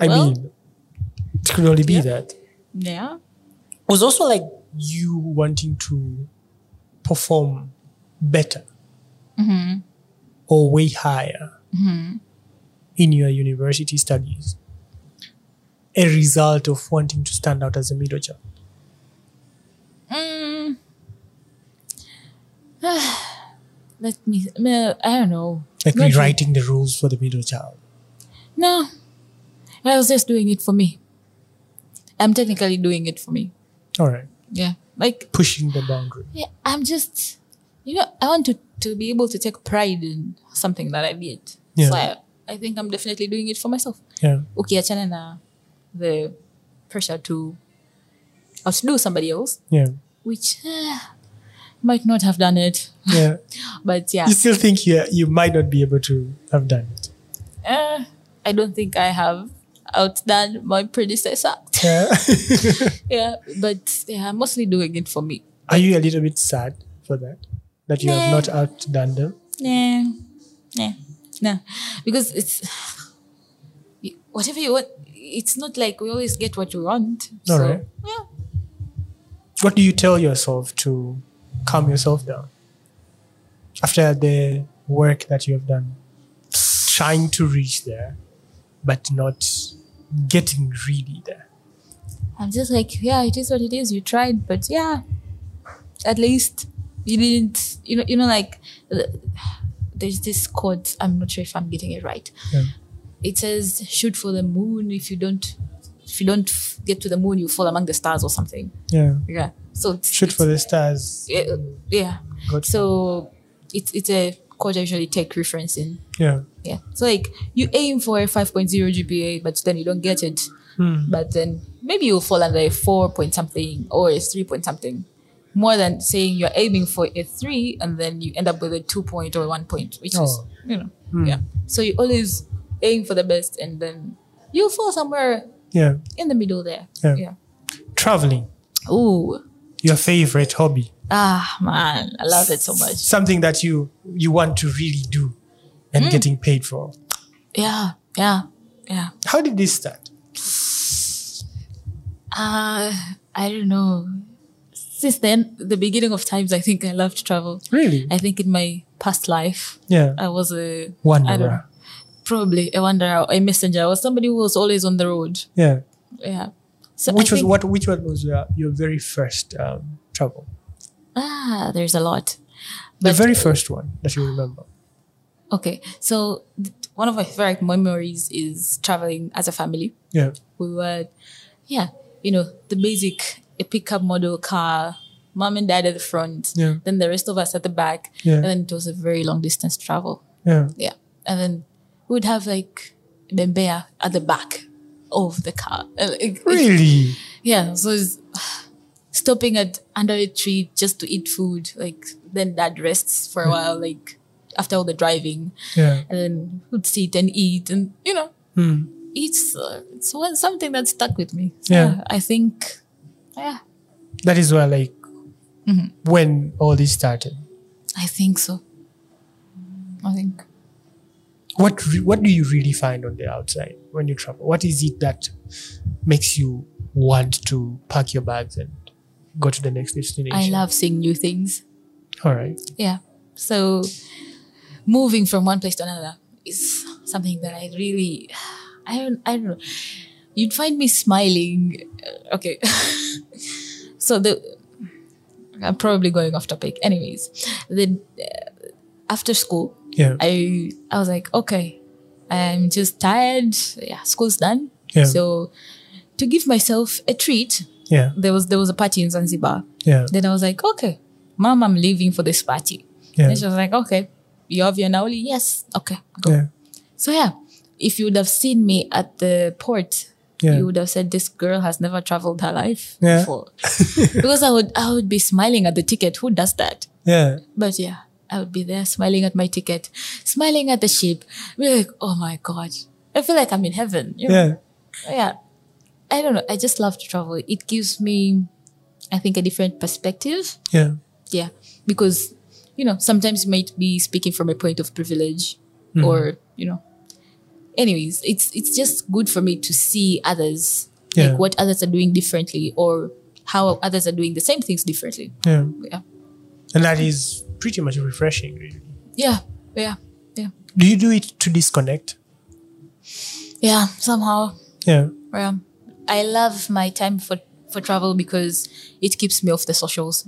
A: I
B: Well-
A: mean, it could only be
B: Yeah.
A: that.
B: Yeah.
A: was also like you wanting to perform better
B: Mm-hmm.
A: or way higher in your university studies a result of wanting to stand out as a middle child
B: Mm. Let me. no, I don't know.
A: like
B: Not really.
A: rewriting the rules for the middle child
B: No, I was just doing it for me. I'm technically doing it for me.
A: all right
B: Yeah, like
A: pushing the boundary
B: yeah, I'm just, you know, I want to to be able to take pride in something that I did.
A: Yeah.
B: So I, I think I'm definitely doing it for myself.
A: yeah
B: Ukiachana na the pressure to outdo somebody else,
A: yeah
B: which eh, might not have done it,
A: yeah
B: but yeah.
A: you still think you, you might not be able to have done it
B: Uh, I don't think I have outdone my predecessor.
A: yeah
B: yeah, but yeah, I'm mostly doing it for me.
A: are you a little bit sad for that that you have
B: Nah.
A: not outdone them
B: Nah, nah, nah. Because it's whatever you want. It's not like we always get what we want. so,
A: Alright.
B: yeah.
A: what do you tell yourself to calm yourself down after the work that you have done trying to reach there but not getting really there
B: I'm just like, yeah, it is what it is. You tried, but yeah, at least you didn't. You know, you know, like uh, there's this quote. I'm not sure if I'm getting it right.
A: Yeah.
B: It says, "Shoot for the moon. If you don't, if you don't f- get to the moon, you fall among the stars or something."
A: yeah
B: Yeah. So it's,
A: shoot for the stars
B: Yeah, yeah.
A: God.
B: So it's it's a quote I usually take reference in.
A: yeah
B: Yeah. So like you aim for a 5.0 GPA, but then you don't get it.
A: Hmm.
B: But then maybe you'll fall under a four point something or a three point something. More than saying you're aiming for a three and then you end up with a two point or one point, which is
A: Oh.
B: you know.
A: Hmm.
B: Yeah. So you always aim for the best and then you fall somewhere
A: yeah
B: in the middle there.
A: Yeah.
B: yeah.
A: traveling
B: Ooh.
A: your favorite hobby
B: Ah man, I love it so much.
A: something that you you want to really do
B: Mm.
A: and getting paid for
B: Yeah, yeah, yeah.
A: how did this start
B: Uh, I don't know. Since then, the beginning of times, I think I love to travel.
A: really
B: I think in my past life,
A: yeah
B: I was a I don't know,
A: wanderer
B: probably a wanderer, a messenger, or somebody who was always on the road.
A: yeah
B: Yeah. So
A: which
B: I
A: was
B: think-
A: what which one was your, your very first um, travel
B: Ah, there's a lot.
A: The
B: But-
A: very first one that you remember.
B: Okay, so th- one of my favorite memories is traveling as a family.
A: Yeah.
B: we were, yeah, you know, the basic a pickup model car, mom and dad at the front,
A: Yeah.
B: then the rest of us at the back,
A: Yeah.
B: and then it was a very long distance travel,
A: Yeah.
B: yeah, and then we would have like Bembea at the back of the car, And it- it-
A: Really?
B: yeah, so it's stopping at under a tree just to eat food, like then dad rests for a while, like after all the driving,
A: Yeah.
B: and then would sit and eat, and you know,
A: Hmm.
B: it's uh, it's one, something that stuck with me.
A: Yeah.
B: I think, yeah,
A: That is where like
B: Mm-hmm.
A: when all this started.
B: I think so. I think
A: What re- what do you really find on the outside when you travel? What is it that makes you want to pack your bags and go to the next destination?
B: I love seeing new things.
A: All right.
B: Yeah, so moving from one place to another is something that I really, I don't, I don't know. You'd find me smiling. Uh, Okay, so the. I'm probably going off topic. Anyways, then uh, after school,
A: Yeah.
B: I I was like, okay, I'm just tired. Yeah, school's done.
A: Yeah.
B: So to give myself a treat,
A: yeah.
B: there was there was a party in Zanzibar.
A: Yeah.
B: Then I was like, okay, mom, I'm leaving for this party.
A: Yeah.
B: And she was like, okay, you have your nauli? Yes. Okay, go.
A: Yeah.
B: So yeah, if you would have seen me at the port,
A: Yeah.
B: you would have said this girl has never traveled her life
A: Yeah.
B: before. because I would I would be smiling at the ticket. Who does that?
A: Yeah.
B: But yeah, I would be there smiling at my ticket, smiling at the ship. Be like, oh my god. I feel like I'm in heaven. you know?
A: Yeah.
B: yeah. I don't know. I just love to travel. It gives me I think a different perspective.
A: Yeah.
B: Yeah. Because, you know, sometimes you might be speaking from a point of privilege or, you know. Anyways, it's it's just good for me to see others.
A: Yeah.
B: Like what others are doing differently or how others are doing the same things differently.
A: Yeah.
B: Yeah.
A: And that is pretty much refreshing, really.
B: Yeah. Yeah. Yeah.
A: Do you do it to disconnect?
B: Yeah. Somehow.
A: Yeah.
B: Yeah. I love my time for, for travel because it keeps me off the socials.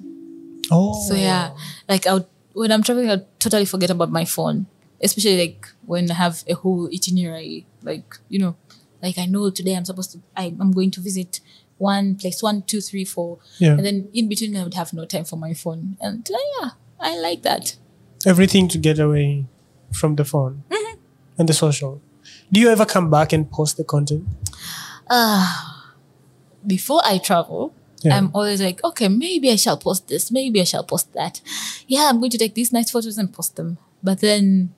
A: Oh.
B: So yeah, like I would, when I'm traveling, I totally forget about my phone, especially like when I have a whole itinerary. Like you know, like I know today I'm supposed to, I, I'm going to visit one place, one, two, three, four,
A: Yeah.
B: and then in between I would have no time for my phone. And uh, yeah, I like that.
A: Everything to get away from the phone
B: Mm-hmm.
A: and the social. Do you ever come back and post the content?
B: Before I travel.
A: Yeah.
B: I'm always like, okay, maybe I shall post this, maybe I shall post that. Yeah, I'm going to take these nice photos and post them. But then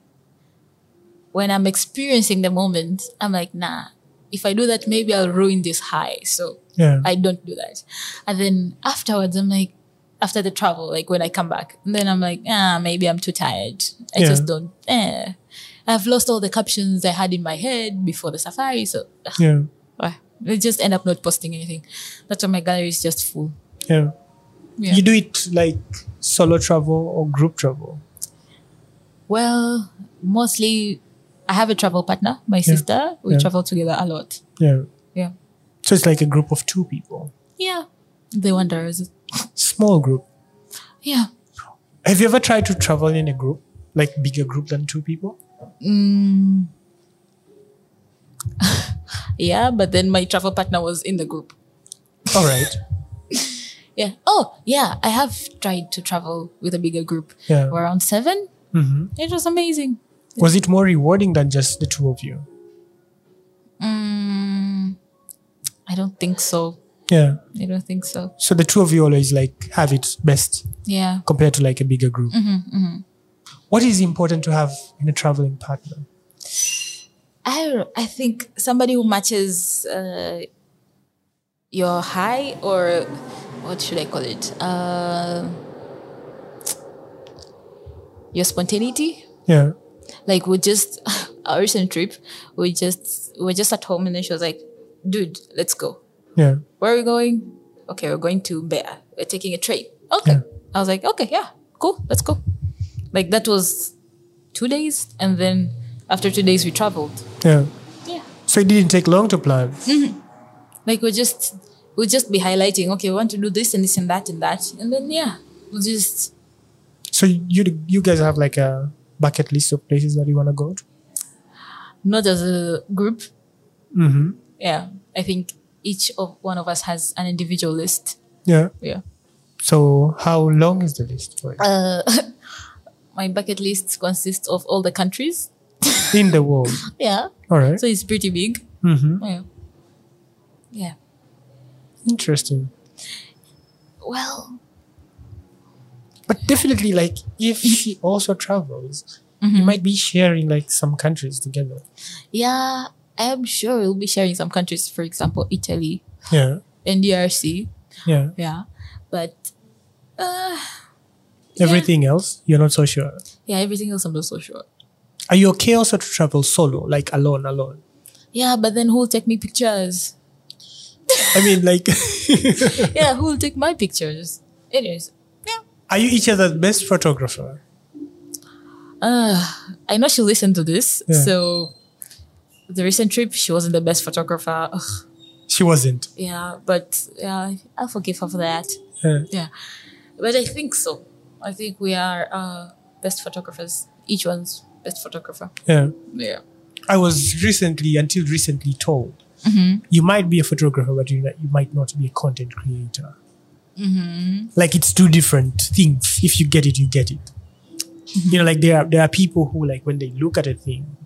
B: when I'm experiencing the moment, I'm like, nah, if I do that, maybe I'll ruin this high. So
A: Yeah.
B: I don't do that. And then afterwards, I'm like, after the travel, like when I come back, and then I'm like, ah, maybe I'm too tired. I
A: Yeah.
B: just don't, eh. I've lost all the captions I had in my head before the safari. So ugh,
A: yeah.
B: why? I just end up not posting anything. That's why my gallery is just full.
A: Yeah.
B: Yeah.
A: You do it like solo travel or group travel?
B: Well, mostly I have a travel partner, my sister. We
A: Yeah.
B: travel together a lot.
A: Yeah.
B: Yeah.
A: So it's like a group of two people,
B: Yeah. The Wanderers.
A: small group.
B: Yeah.
A: Have you ever tried to travel in a group, like bigger group than two people?
B: Mm. yeah, but then my travel partner was in the group.
A: All right.
B: Yeah. Oh, yeah. I have tried to travel with a bigger group.
A: Yeah.
B: We're around seven.
A: hmm
B: It was amazing.
A: Was it more rewarding than just the two of you?
B: Mm. I don't think so.
A: Yeah.
B: I don't think so.
A: So the two of you always like have it best
B: Yeah.
A: compared to like a bigger group. What is important to have in a traveling partner?
B: I don't know. I think somebody who matches uh, your high or what should I call it? Uh, your spontaneity.
A: Yeah.
B: Like we just our recent trip, we just we we're just at home and then she was like, "Dude, let's go.
A: Yeah.
B: Where are we going? Okay, we're going to Bear. We're taking a train. Okay." I was like, "Okay, yeah, cool, let's go." Like that was two days, and then after two days we traveled.
A: Yeah.
B: Yeah.
A: So it didn't take long to plan.
B: Like we'll just we'll just be highlighting, okay, we want to do this and this and that and that. And then yeah, we'll just
A: So you you guys have like a bucket list of places that you want to go to?
B: not as a group.
A: Mm-hmm.
B: Yeah. I think each of one of us has an individual list.
A: Yeah.
B: Yeah.
A: So how long is the list for you?
B: Uh, my bucket list consists of all the countries.
A: in the world?
B: Yeah.
A: All right.
B: So it's pretty big.
A: hmm
B: Yeah. Yeah.
A: Interesting.
B: Well,
A: But definitely, like if she also travels, you might be sharing like some countries together.
B: yeah, I am sure we'll be sharing some countries, for example, Italy
A: Yeah.
B: and DRC.
A: Yeah.
B: Yeah. But uh,
A: Everything else, you're not so sure.
B: yeah, everything else I'm not so sure.
A: Are you okay also to travel solo, like alone, alone?
B: Yeah, but then who'll take me pictures?
A: I mean, like,
B: yeah, who'll take my pictures? Anyways, yeah.
A: are you each other's best photographer?
B: Uh, I know she'll listen to this.
A: Yeah.
B: So the recent trip, she wasn't the best photographer. Ugh,
A: She wasn't.
B: yeah, but yeah, I'll forgive her for that.
A: Yeah.
B: Yeah. But I think so. I think we are uh, best photographers. Each one's best photographer.
A: yeah.
B: Yeah.
A: I was recently, until recently, told you might be a photographer, but you, you might not be a content creator. Like, it's two different things. If you get it, you get it. You know, like there are there are people who like when they look at a thing,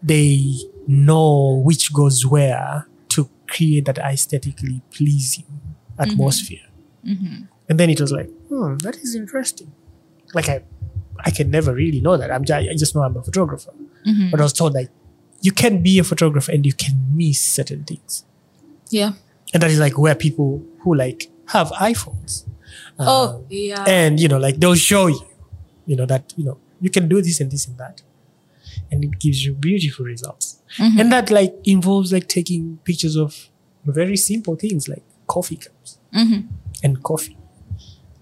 A: they know which goes where to create that aesthetically pleasing atmosphere. And then it was like, hmm, that is interesting. Like I, I can never really know that. I'm just, I just know I'm a photographer. But I was told like, you can be a photographer and you can miss certain things.
B: Yeah.
A: And that is like where people who like have iPhones. um,
B: oh, yeah.
A: and you know like they'll show you you know that you know you can do this and this and that and it gives you beautiful results
B: Mm-hmm.
A: and that like involves like taking pictures of very simple things like coffee cups
B: Mhm.
A: and coffee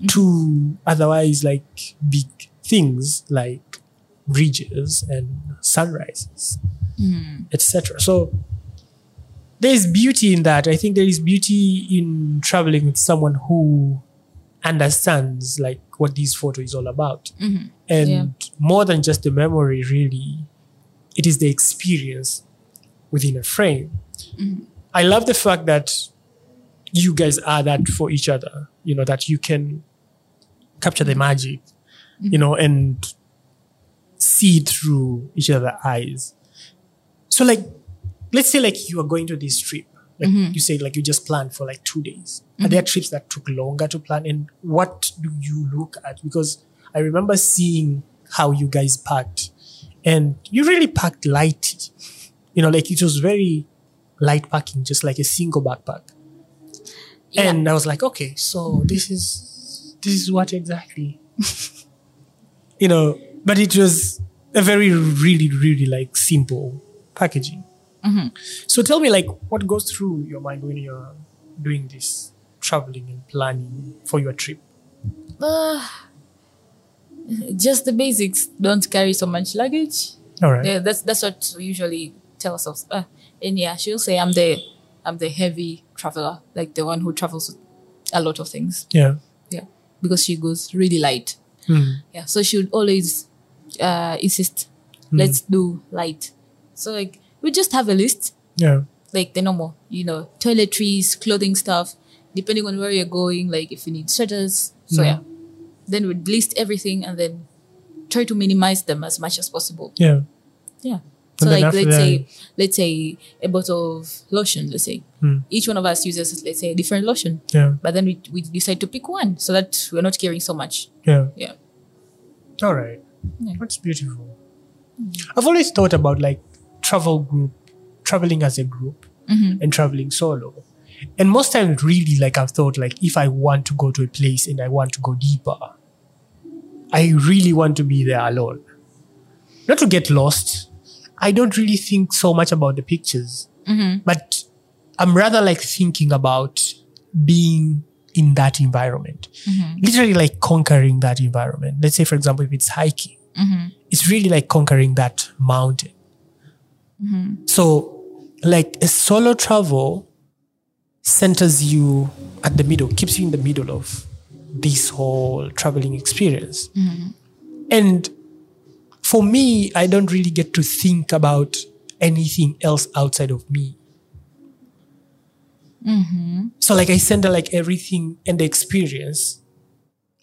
B: Mm-hmm.
A: to otherwise like big things like bridges and sunrises etc so there is beauty in that i think there is beauty in traveling with someone who understands like what this photo is all about and
B: Yeah.
A: more than just the memory really it is the experience within a frame i love the fact that you guys are that for each other you know that you can capture the magic you know and see through each other's eyes so like let's say like you are going to this trip like you say like you just planned for like two days are there trips that took longer to plan and what do you look at because i remember seeing how you guys packed and you really packed light you know like it was very light packing just like a single backpack
B: Yeah.
A: and i was like okay so this is this is what exactly you know but it was a very really really like simple packaging so tell me, like, what goes through your mind when you're doing this traveling and planning for your trip?
B: Uh, just the basics. Don't carry so much luggage.
A: All right.
B: Yeah, that's that's what we usually tells us. Uh, and yeah, she'll say I'm the I'm the heavy traveler, like the one who travels with a lot of things.
A: Yeah.
B: Yeah, because she goes really light. Yeah, so she would always uh, insist, let's do light. So like we just have a list,
A: Yeah.
B: like the normal, you know, toiletries, clothing stuff, depending on where you're going. Like if you need sweaters, so
A: Mhm.
B: yeah. Then we'd list everything and then try to minimize them as much as possible.
A: Yeah.
B: Yeah. So
A: And then
B: like
A: after
B: let's
A: that-
B: say let's say a bottle of lotion, let's say.
A: Hmm.
B: Each one of us uses let's say a different lotion.
A: Yeah.
B: But then we, we decide to pick one so that we're not carrying so much.
A: Yeah.
B: Yeah.
A: All right.
B: Yeah.
A: That's beautiful. I've always thought about like travel group, traveling as a group and traveling solo. And most times, really, like I've thought, like if I want to go to a place and I want to go deeper, I really want to be there alone. Not to get lost. I don't really think so much about the pictures, but I'm rather like thinking about being in that environment, literally like conquering that environment. Let's say, for example, if it's hiking, it's really like conquering that mountain. So, like a solo travel centers you at the middle, keeps you in the middle of this whole traveling experience. And for me, I don't really get to think about anything else outside of me. So, like, I center like everything and the experience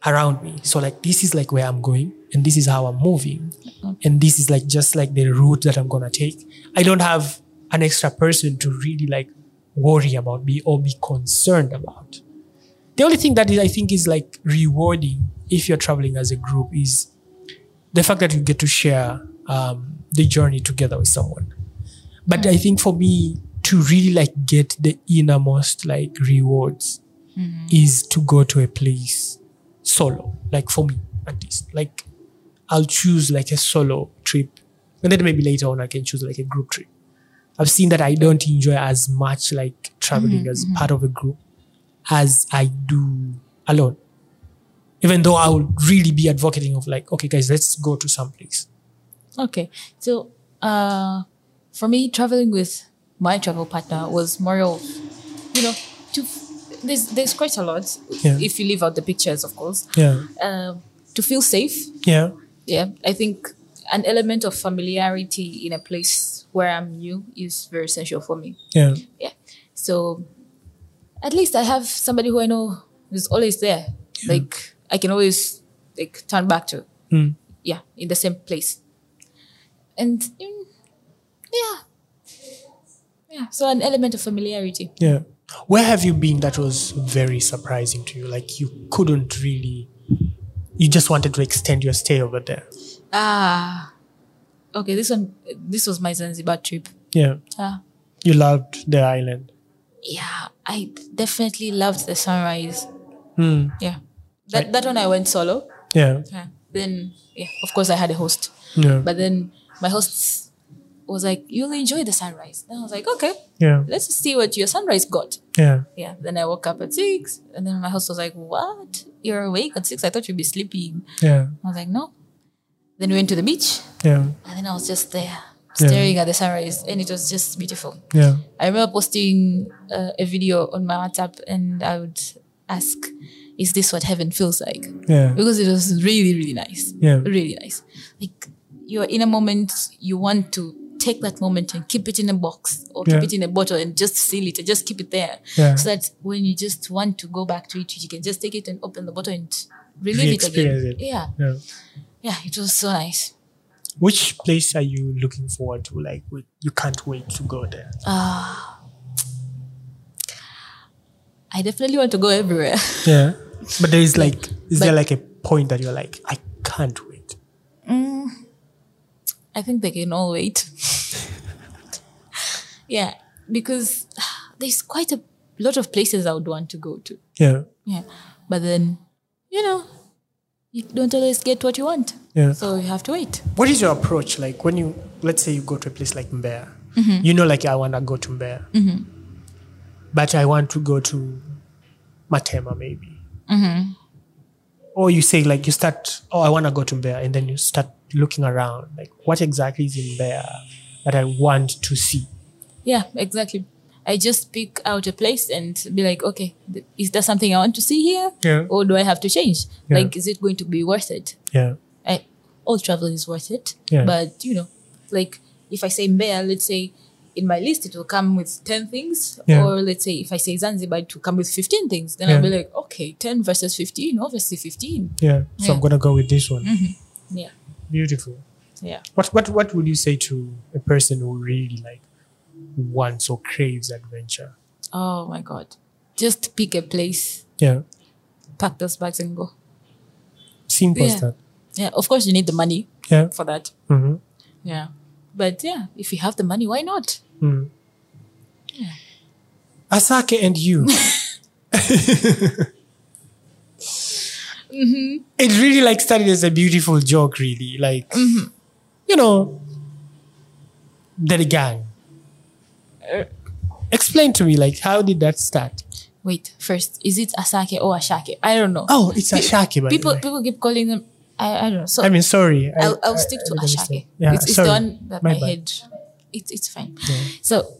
A: around me. So, like, this is like where I'm going, and this is how I'm moving, and this is like just like the route that I'm gonna take. I don't have an extra person to really like worry about me or be concerned about. The only thing that is, I think is like rewarding if you're traveling as a group is the fact that you get to share um, the journey together with someone. But I think for me to really like get the innermost like rewards is to go to a place solo, like for me at least. Like I'll choose like a solo trip, and then maybe later on I can choose like a group trip. I've seen that I don't enjoy as much like traveling as part of a group as I do alone even though I would really be advocating of like, okay, guys, let's go to some place.
B: Okay. So uh for me traveling with my travel partner was more of you know, to there's there's quite a lot
A: Yeah.
B: if you leave out the pictures of course.
A: Yeah.
B: Um to feel safe
A: Yeah.
B: yeah i think an element of familiarity in a place where i'm new is very essential for me
A: Yeah.
B: yeah so at least i have somebody who i
A: Mm.
B: know is always there like i can always like turn back to yeah, in the same place. And mm, yeah, yeah. So an element of familiarity.
A: Yeah. Where have you been that was very surprising to you? Like you couldn't really, you just wanted to extend your stay over there.
B: Ah, okay. This one, this was my Zanzibar trip.
A: Yeah.
B: Ah,
A: You loved the island.
B: yeah. I definitely loved the sunrise.
A: Hmm.
B: Yeah, that that one I went solo.
A: Yeah.
B: Yeah. Then yeah, of course I had a host.
A: Yeah.
B: But then my host was like, "You'll enjoy the sunrise." And I was like, "Okay,
A: yeah.
B: let's see what your sunrise got."
A: Yeah.
B: Yeah. Then I woke up at six, and then my host was like, "What? You're awake at six? I thought you'd be sleeping."
A: Yeah.
B: I was like, "No." Then we went to the beach,
A: Yeah.
B: and then I was just there
A: Yeah.
B: staring at the sunrise, and it was just beautiful.
A: Yeah.
B: I remember posting uh, a video on my WhatsApp, and I would ask, "Is this what heaven feels like?"
A: Yeah.
B: because it was really really nice
A: Yeah.
B: really nice like you're in a moment you want to take that moment and keep it in a box or keep
A: Yeah.
B: it in a bottle and just seal it and just keep it there
A: Yeah.
B: so that when you just want to go back to it you can just take it and open the bottle and relive it
A: Re-experience
B: again
A: it.
B: yeah
A: Yeah.
B: yeah it was so nice
A: Which place are you looking forward to? Like, wi- you can't wait to go there.
B: i definitely want to go everywhere
A: Yeah. But there is like, is
B: But-
A: there like a point that you're like, I can't wait?
B: i think they can all wait yeah because there's quite a lot of places i would want to go to
A: Yeah.
B: Yeah. But then, you know, you don't always get what you want.
A: Yeah.
B: So you have to wait.
A: What is your approach? Like, when you, let's say you go to a place like Mbeya,
B: Mm-hmm.
A: you know, like, I want to go to Mbeya, but I want to go to Matema maybe.
B: Mm-hmm.
A: Or you say, like, you start, oh, I want to go to Mbeya, and then you start looking around, like, what exactly is in Mbeya that I want to see?
B: Yeah, exactly. I just pick out a place and be like, okay, th- is there something I want to see here?
A: Yeah.
B: Or do I have to change?
A: Yeah.
B: Like, is it going to be worth it?
A: Yeah.
B: I, Eh, all travel is worth it.
A: Yeah.
B: But, you know, like if I say Mbeya, let's say in my list it will come with 10 things.
A: Yeah.
B: Or let's say if I say Zanzibar, it will come with 15 things. Then I'll
A: Yeah.
B: be like, okay, 10 versus 15, obviously 15.
A: Yeah. So I'm
B: Yeah. Mm-hmm.
A: gonna go with this one.
B: Yeah.
A: Beautiful.
B: Yeah.
A: What what what would you say to a person who really like wants or craves adventure?
B: Oh my god. Just pick a place,
A: Yeah.
B: pack those bags and go.
A: Simple
B: Yeah.
A: stuff.
B: Yeah, of course you need the money
A: Yeah.
B: for that.
A: hmm
B: Yeah. But yeah, if you have the money, why not?
A: Asake and you. Mm-hmm. It really like started as a beautiful joke, really. Like
B: Mm-hmm.
A: you know, they're a gang.
B: Uh,
A: Explain to me, like, how did that start?
B: Wait, first, is it Asake or Ashake? I don't know.
A: Oh, it's Ashake, by the
B: people
A: way.
B: people keep calling them I, I don't know. So
A: I mean, sorry.
B: I'll, I'll stick to
A: made a
B: Ashake.
A: mistake. Yeah,
B: it's, it's
A: sorry.
B: the one that
A: My
B: my,
A: bad.
B: head it's it's fine. So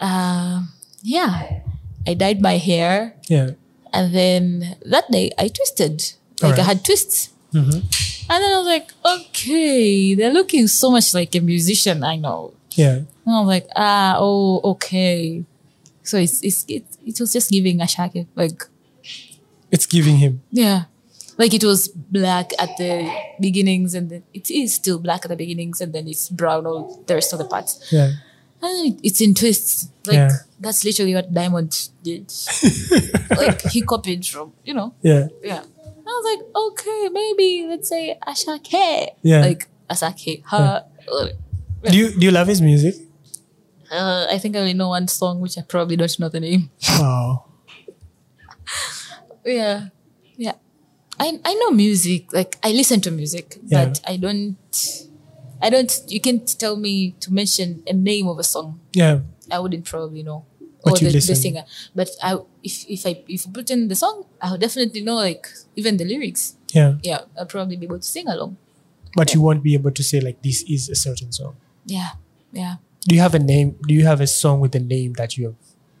B: um yeah. I dyed my hair
A: Yeah.
B: And then that day I twisted. Like
A: Alright.
B: I
A: Mm-hmm.
B: had twists. And then I was like, okay, they're looking so much like a musician I know.
A: Yeah.
B: And I was like, ah, oh, okay. So it's, it's it, it was just giving a shake. Like,
A: It's giving him.
B: yeah. Like it was black at the beginnings and then it is still black at the beginnings and then it's brown all the rest of the parts.
A: Yeah.
B: And then it's in twists. Like
A: Yeah.
B: that's literally what Diamond did. like he copied from, you know,
A: Yeah.
B: yeah. I was like, okay, maybe let's say Ashake.
A: Yeah.
B: Like Asake. Her.
A: Do you do you love his music?
B: Uh, I think I only know one song, which I probably don't know the name.
A: Wow.
B: Yeah. Yeah. I, I know music. Like I listen to music,
A: Yeah.
B: but I don't. I don't. You can't tell me to mention a name of a song.
A: Yeah.
B: I wouldn't probably know.
A: But
B: or
A: you
B: the, the
A: listen.
B: singer. But I, if if I if you put in the song, I would definitely know like even the lyrics.
A: Yeah.
B: Yeah, I'll probably be able to sing along.
A: But you won't be able to say like this is a certain song.
B: Yeah. Yeah.
A: Do you have a name? Do you have a song with a name that you have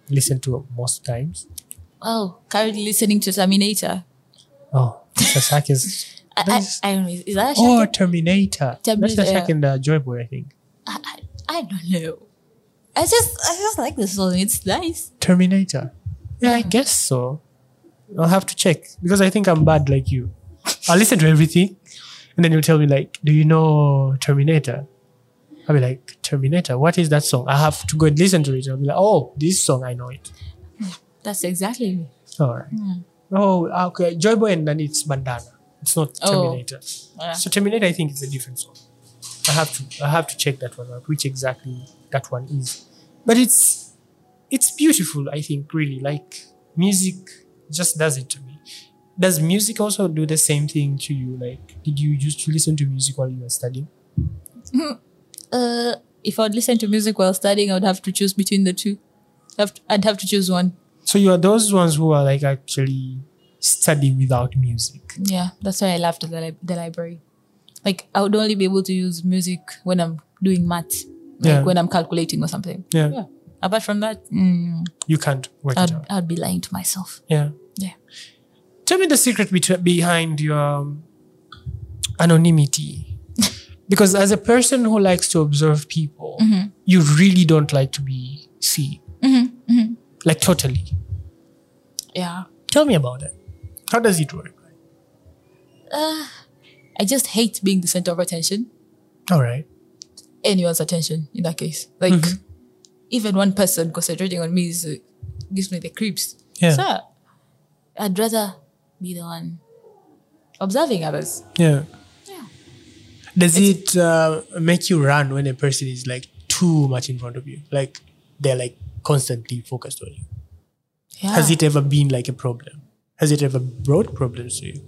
A: listened to most times?
B: Oh, currently listening to Terminator.
A: Oh, Sasaki's.
B: I, I,
A: That's-
B: I don't know. Is that a
A: Oh,
B: shocking-
A: Terminator. That's
B: Terminator,
A: Sasaki
B: yeah.
A: and uh, Joy Boy, I think.
B: I, I, I don't know. I just I just like the song. It's nice.
A: Terminator. Yeah, I guess so. I'll have to check because I think I'm bad like you. I listen to everything, And then you'll tell me, like, do you know Terminator? I'll be like, Terminator, what is that song? I have to go and listen to it. I'll be like, oh, this song, I know it.
B: That's exactly me.
A: All right.
B: Hmm.
A: Oh, okay. Joy Boy and then it's Bandana. It's not
B: Oh.
A: Terminator.
B: Yeah.
A: So Terminator, I think, is a different song. I have to, I have to check that one out, which exactly that one is. But it's, it's beautiful. I think really like music just does it to me. Does music also do the same thing to you? Like, did you used to listen to music while you were studying?
B: Uh, if I would listen to music while studying, I would have to choose between the two. Have to- I'd have to choose one.
A: So you are those ones who are like actually study without music.
B: Yeah, that's why I left the, li- the library. Like, I would only be able to use music when I'm doing math, like
A: Yeah.
B: when I'm calculating or something.
A: Yeah,
B: Yeah. Um, Apart from that, mm,
A: you can't work
B: I'd,
A: it out.
B: I'd be lying to myself.
A: Yeah.
B: Yeah.
A: Tell me the secret bet- behind your um, anonymity. because as a person who likes to observe people,
B: Mm-hmm.
A: you really don't like to be seen.
B: Mm-hmm.
A: Like, totally.
B: Yeah.
A: Tell me about it. How does it work?
B: I just hate being the center of attention,
A: All right.
B: anyone's attention in that case. Like, even one person concentrating on me is, uh, gives me the creeps.
A: Yeah.
B: So, I'd rather be the one observing others.
A: Yeah.
B: Yeah.
A: Does it uh, make you run when a person is like too much in front of you? Like, they're like constantly focused on you.
B: Yeah.
A: Has it ever been like a problem? Has it ever brought problems to you?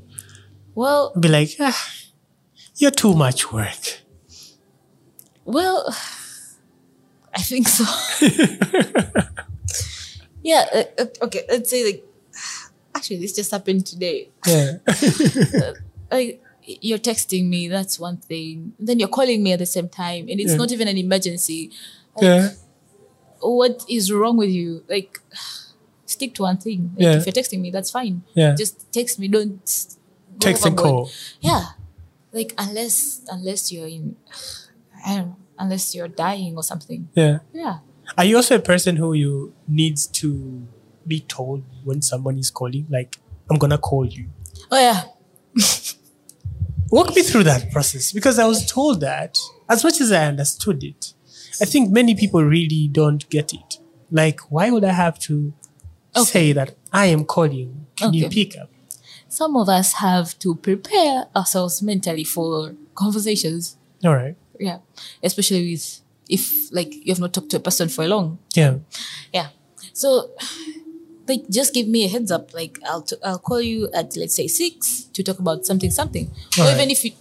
B: well,
A: be like, ah, you're too much work.
B: Well, I think so. yeah. Uh, uh, okay. Let's say like, actually, this just happened today.
A: Yeah.
B: Like, you're texting me. That's one thing. Then you're calling me at the same time, and it's
A: Yeah.
B: not even an emergency. Like,
A: yeah.
B: What is wrong with you? Like, stick to one thing. Like,
A: Yeah.
B: If you're texting me, that's fine.
A: Yeah.
B: Just text me. Don't go
A: Text and
B: overboard.
A: call.
B: Yeah. Like unless unless you're in, I don't know. Unless you're dying or something.
A: Yeah.
B: Yeah.
A: Are you also a person who you needs to be told when someone is calling? Like, I'm gonna call you.
B: Oh yeah.
A: Walk me through that process because I was told that as much as I understood it, I think many people really don't get it. Like, why would I have to
B: Okay.
A: say that I am calling? Can you
B: Okay.
A: pick up?
B: Some of us have to prepare ourselves mentally for conversations.
A: All right.
B: Yeah. Especially with if like you have not talked to a person for long.
A: Yeah.
B: Yeah. So like just give me a heads up. Like I'll t- I'll call you at let's say six to talk about something something. or
A: Alright.
B: even if you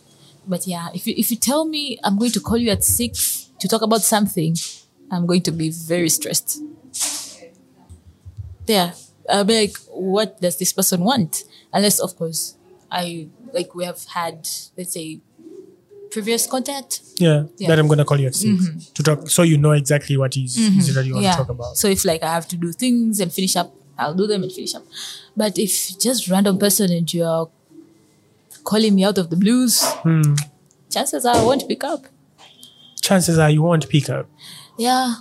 B: but yeah, if you if you tell me I'm going to call you at six to talk about something, I'm going to be very stressed. Yeah. I'll be like, what does this person want? Unless of course I like we have had let's say previous contact.
A: Yeah,
B: Yeah.
A: that I'm gonna call you at 6 to talk, so you know exactly what is, is it that you want
B: yeah.
A: to talk about.
B: So if like I have to do things and finish up, I'll do them and finish up. But if just random person and you are calling me out of the blues,
A: Hmm.
B: chances are I won't pick up.
A: chances are you won't pick up.
B: Yeah.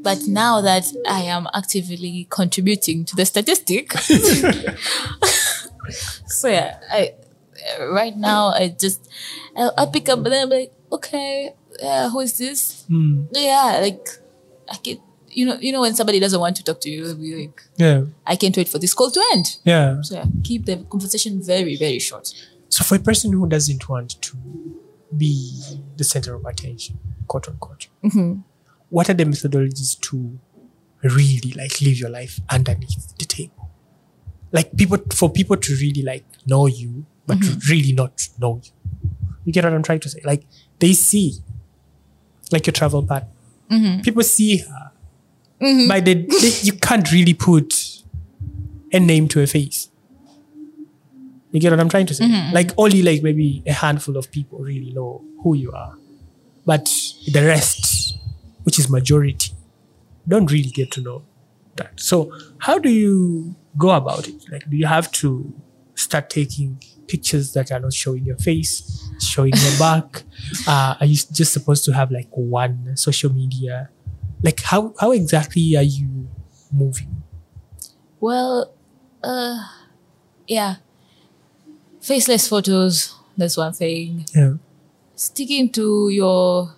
B: But now that I am actively contributing to the statistic, so yeah, I uh, right now I just I'll, I'll pick up, but then I'm like, okay, uh, who is this?
A: Hmm.
B: Yeah, like I can, you know, you know when somebody doesn't want to talk to you, you'll be like,
A: Yeah,
B: I can't wait for this call to end.
A: yeah.
B: So yeah, keep the conversation very, very short.
A: So for a person who doesn't want to be the center of attention, quote unquote, what are the methodologies to really like live your life underneath the table? Like people for people to really like know you, but to really not know you. You get what I'm trying to say? Like they see, like your travel partner. People see her, but they, they, you can't really put a name to a face. You get what I'm trying to say?
B: Mm-hmm,
A: Like only like maybe a handful of people really know who you are. But the rest, which is majority, don't really get to know that. So how do you go about it? Like do you have to start taking pictures that are not showing your face, showing your back? Uh, are you s- just supposed to have like one social media? Like how how exactly are you moving?
B: Well, uh, yeah, faceless photos, That's one thing.
A: Yeah.
B: Sticking to your,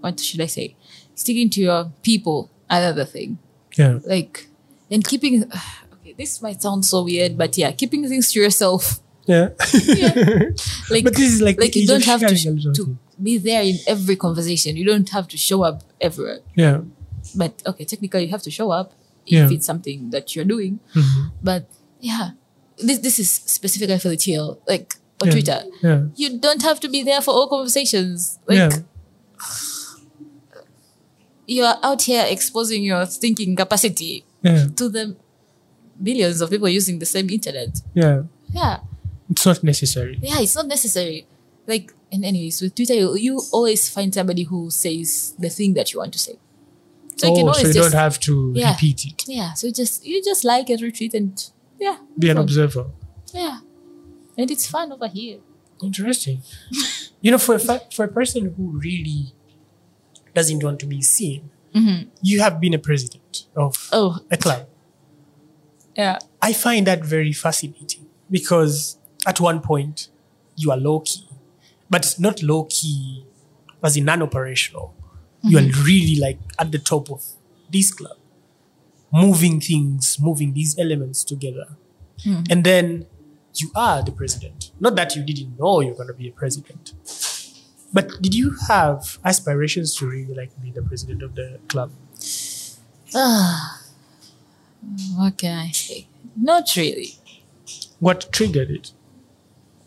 B: what should I say? Sticking to your people, another thing.
A: Yeah.
B: Like, and keeping, okay, this might sound so weird, but yeah, keeping things to yourself.
A: Yeah.
B: Like,
A: But this is like,
B: like you
A: you're
B: don't have to,
A: sharing a little
B: to
A: thing.
B: be there in every conversation. You don't have to show up everywhere.
A: Yeah.
B: But okay, technically you have to show up if
A: Yeah.
B: it's something that you're doing.
A: Mhm.
B: But yeah, this this is specifically for the TL, like on
A: Yeah.
B: Twitter.
A: Yeah.
B: You don't have to be there for all conversations. Like
A: yeah.
B: you're out here exposing your thinking capacity
A: Yeah.
B: to the billions of people using the same internet.
A: Yeah.
B: Yeah.
A: It's not necessary.
B: Yeah, it's not necessary. Like and anyways, with Twitter you, you always find somebody who says the thing that you want to say. So you can
A: oh,
B: always
A: so you
B: just
A: don't have to
B: Yeah.
A: repeat it.
B: Yeah, so just you just like and retweet and yeah.
A: Be an
B: fun.
A: observer.
B: Yeah. And it's fun over here.
A: Interesting. you know, for a, fa- for a person who really doesn't want to be seen, you have been a president of
B: Mm-hmm. Oh,
A: a club.
B: yeah.
A: I find that very fascinating because at one point you are low key, but not low key as in non operational. You are really like at the top of this club, moving things, moving these elements together. And then you are the president. Not that you didn't know you're going to be a president. But did you have aspirations to really like be the president of the club?
B: What can I say? Not really.
A: What triggered it?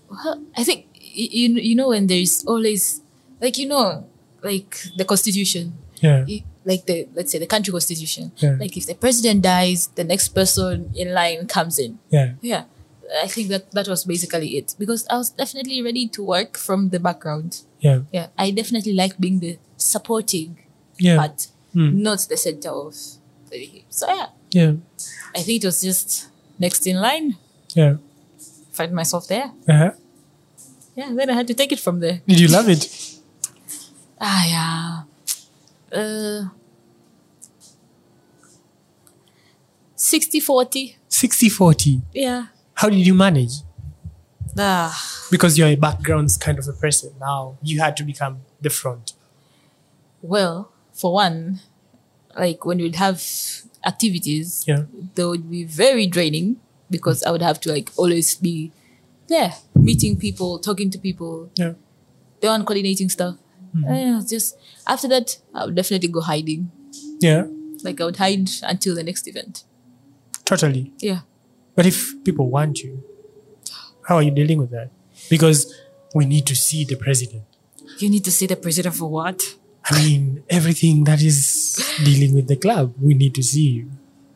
B: Well, I think y- you you know when there is always like you know like the constitution,
A: Yeah.
B: i- like the let's say the country constitution.
A: Yeah.
B: Like if the president dies, the next person in line comes in.
A: Yeah.
B: Yeah. I think that that was basically it because I was definitely ready to work from the background.
A: Yeah.
B: Yeah, I definitely like being the supporting
A: Yeah.
B: part,
A: Hmm.
B: not the center of the So yeah,
A: Yeah.
B: I think it was just next in line,
A: Yeah.
B: find myself there.
A: Uh-huh.
B: Yeah, then I had to take it from there.
A: Did you love it?
B: Ah yeah. Uh 60 40.
A: 60 40.
B: Yeah.
A: How did you manage?
B: Ah.
A: Because you're a backgrounds kind of a person now, you had to become the front.
B: Well, for one, like when we'd have activities,
A: Yeah.
B: they would be very draining because I would have to like always be there, meeting people, talking to people,
A: Yeah.
B: the one coordinating stuff. Yeah, just after that, I would definitely go hiding.
A: Yeah.
B: Like I would hide until the next event.
A: Totally.
B: Yeah.
A: But if people want you, how are you dealing with that? Because we need to see the president.
B: You need to see the president for what?
A: I mean, everything that is dealing with the club, we need to see you.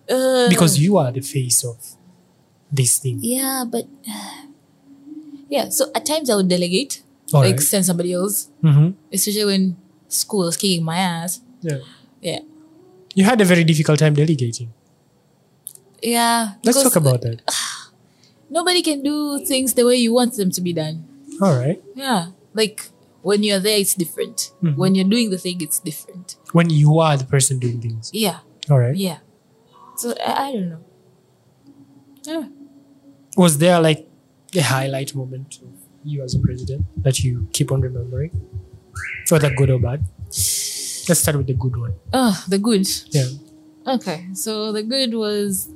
B: Uh,
A: Because you are the face of this thing.
B: yeah, but yeah. So at times I would delegate,
A: All
B: like
A: right.
B: send somebody else,
A: Mm-hmm.
B: especially when school was kicking my ass.
A: Yeah.
B: Yeah,
A: You had a very difficult time delegating.
B: yeah.
A: Let's
B: because
A: talk about that.
B: Nobody can do things the way you want them to be done.
A: All right.
B: Yeah, like when you're there, it's different.
A: Mhm.
B: When you're doing the thing, it's different.
A: When you are the person doing things.
B: Yeah,
A: All right.
B: yeah. So I, I don't know. Yeah.
A: was there like a highlight moment of you as a president that you keep on remembering whether good or bad let's start with Ah, the good one
B: Oh, the good.
A: yeah
B: Okay, so the good was,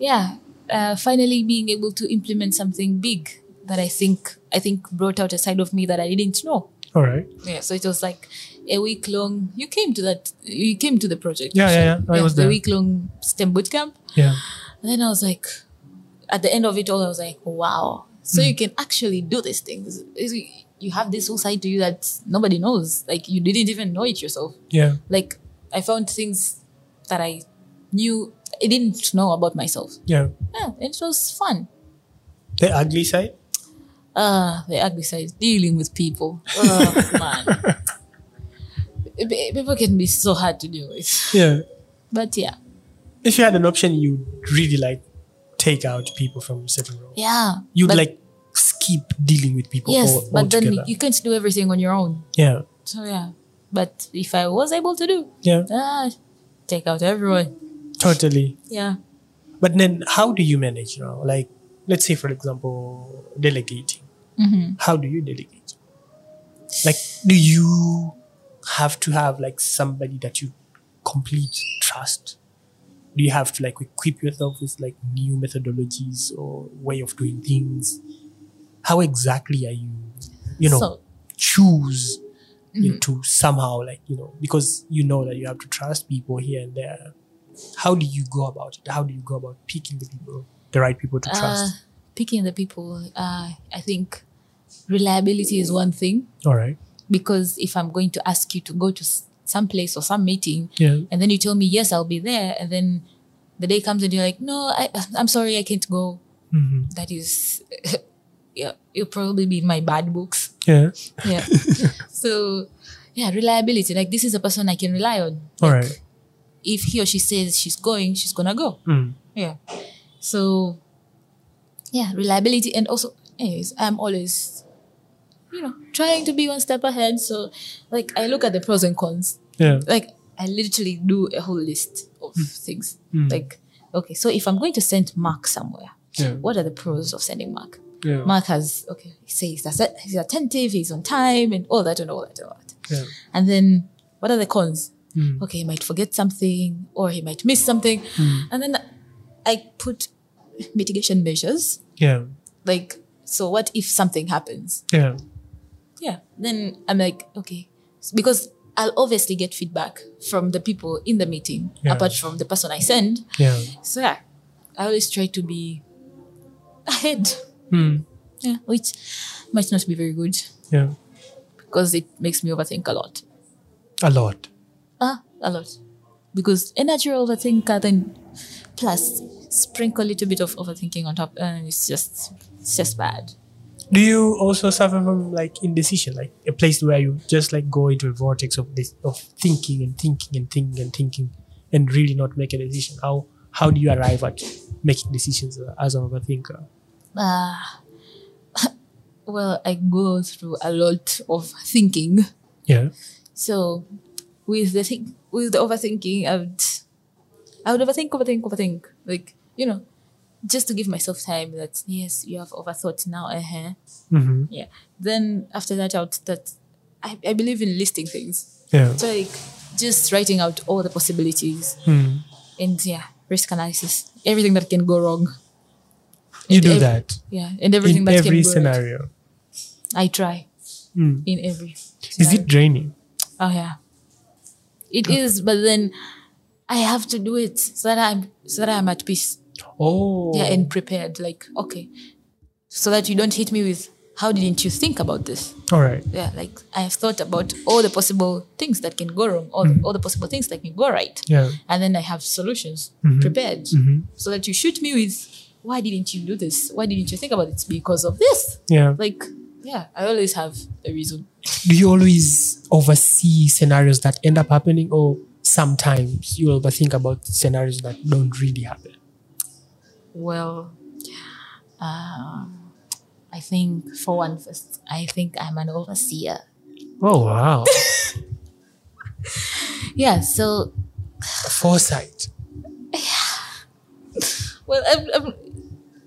B: yeah, uh, finally being able to implement something big that I think I think brought out a side of me that I didn't know.
A: all right
B: Yeah, so it was like a week long. You came to that. You came to the project.
A: yeah yeah yeah i was
B: the
A: there
B: week long STEM bootcamp.
A: yeah
B: And then I was like, at the end of it all, I was like, wow. So
A: Hmm.
B: you can actually do these things. Is- You have this whole side to you that nobody knows. Like you didn't even know it yourself.
A: yeah
B: Like I found things that I knew I didn't know about myself.
A: yeah
B: Yeah, and it was fun.
A: the ugly side
B: Uh, the ugly side, dealing with people. Oh man. Pe- People can be so hard to deal with.
A: yeah
B: But yeah.
A: if you had an option you'd really like take out people from certain roles
B: Yeah.
A: you'd
B: but-
A: like skip dealing with people
B: Yes,
A: all,
B: but then
A: altogether.
B: you can't do everything on your own.
A: yeah
B: So yeah, but if I was able to do,
A: yeah
B: ah, take out everyone.
A: totally
B: Yeah.
A: But then, how do you manage now? Like, let's say, for example, delegating. How do you delegate? Like, do you have to have like somebody that you complete trust? Do you have to like equip yourself with like new methodologies or way of doing things? How exactly are you, you know,
B: So-
A: choose you to somehow like you know because you know that you have to trust people here and there. How do you go about it? How do you go about picking the people, the right people to
B: Uh,
A: trust?
B: picking the people, uh, I think reliability is one thing
A: All right.
B: because if I'm going to ask you to go to s- some place or some meeting,
A: Yeah.
B: and then you tell me yes, I'll be there, and then the day comes and you're like, no, I, I'm sorry, I can't go.
A: Mm-hmm.
B: That is, yeah, you'll probably be in my bad books.
A: Yeah.
B: yeah so yeah reliability like this is a person i can rely on
A: All
B: Like,
A: right.
B: if he or she says she's going she's gonna go
A: Mm.
B: yeah so yeah reliability and also anyways i'm always you know trying to be one step ahead so like i look at the pros and cons
A: Yeah.
B: like i literally do a whole list of things
A: Mm.
B: like okay so if i'm going to send mark somewhere
A: Yeah.
B: what are the pros of sending mark
A: Yeah.
B: Mark has okay, he says that's it. He's attentive, he's on time, and all that and all that and all that.
A: yeah.
B: And then what are the cons?
A: Mm.
B: Okay, he might forget something or he might miss something. And then I put mitigation measures.
A: Yeah.
B: Like, so what if something happens?
A: Yeah.
B: Yeah. Then I'm like, okay. Because I'll obviously get feedback from the people in the meeting,
A: Yeah.
B: apart from the person I send.
A: Yeah.
B: So yeah, I always try to be ahead.
A: Mm.
B: Yeah. Which might not be very good.
A: Yeah.
B: because it makes me overthink a lot.
A: A lot.
B: Ah, a lot. Because a natural overthinker then plus sprinkle a little bit of overthinking on top and it's just it's just bad.
A: Do you also suffer from like indecision, like a place where you just like go into a vortex of this of thinking and thinking and thinking and thinking, and really not make a decision? How how do you arrive at making decisions uh, as an overthinker?
B: Ah well I go through a lot of thinking.
A: Yeah.
B: So with the think with the overthinking I would I would overthink, overthink, overthink. Like, you know, just to give myself time that yes, you have overthought now, uh huh.
A: Mm-hmm.
B: Yeah. Then after that, out that I, I believe in listing things.
A: Yeah.
B: So like just writing out all the possibilities
A: Mm.
B: and yeah, risk analysis, everything that can go wrong.
A: You
B: And
A: do
B: ev-
A: that
B: Yeah, and everything
A: in
B: that can
A: every
B: go right.
A: scenario.
B: I try
A: Mm.
B: in every.
A: Is
B: scenario.
A: it draining?
B: Oh yeah, it is. But then I have to do it so that I'm so that I'm at peace.
A: Oh.
B: Yeah, and prepared. Like okay, so that you don't hit me with how didn't you think about this?
A: All right.
B: yeah, like I have thought about all the possible things that can go wrong, all,
A: Hmm.
B: all the possible things that can go right.
A: Yeah.
B: And then I have solutions prepared so that you shoot me with, why didn't you do this? Why didn't you think about it? Because of this.
A: Yeah.
B: Like, yeah, I always have a reason.
A: do you always oversee scenarios that end up happening or sometimes you overthink about scenarios that don't really happen
B: Well, uh, I think for one first, I think I'm an overseer.
A: oh wow
B: Yeah, so,
A: foresight
B: well, I've, I've,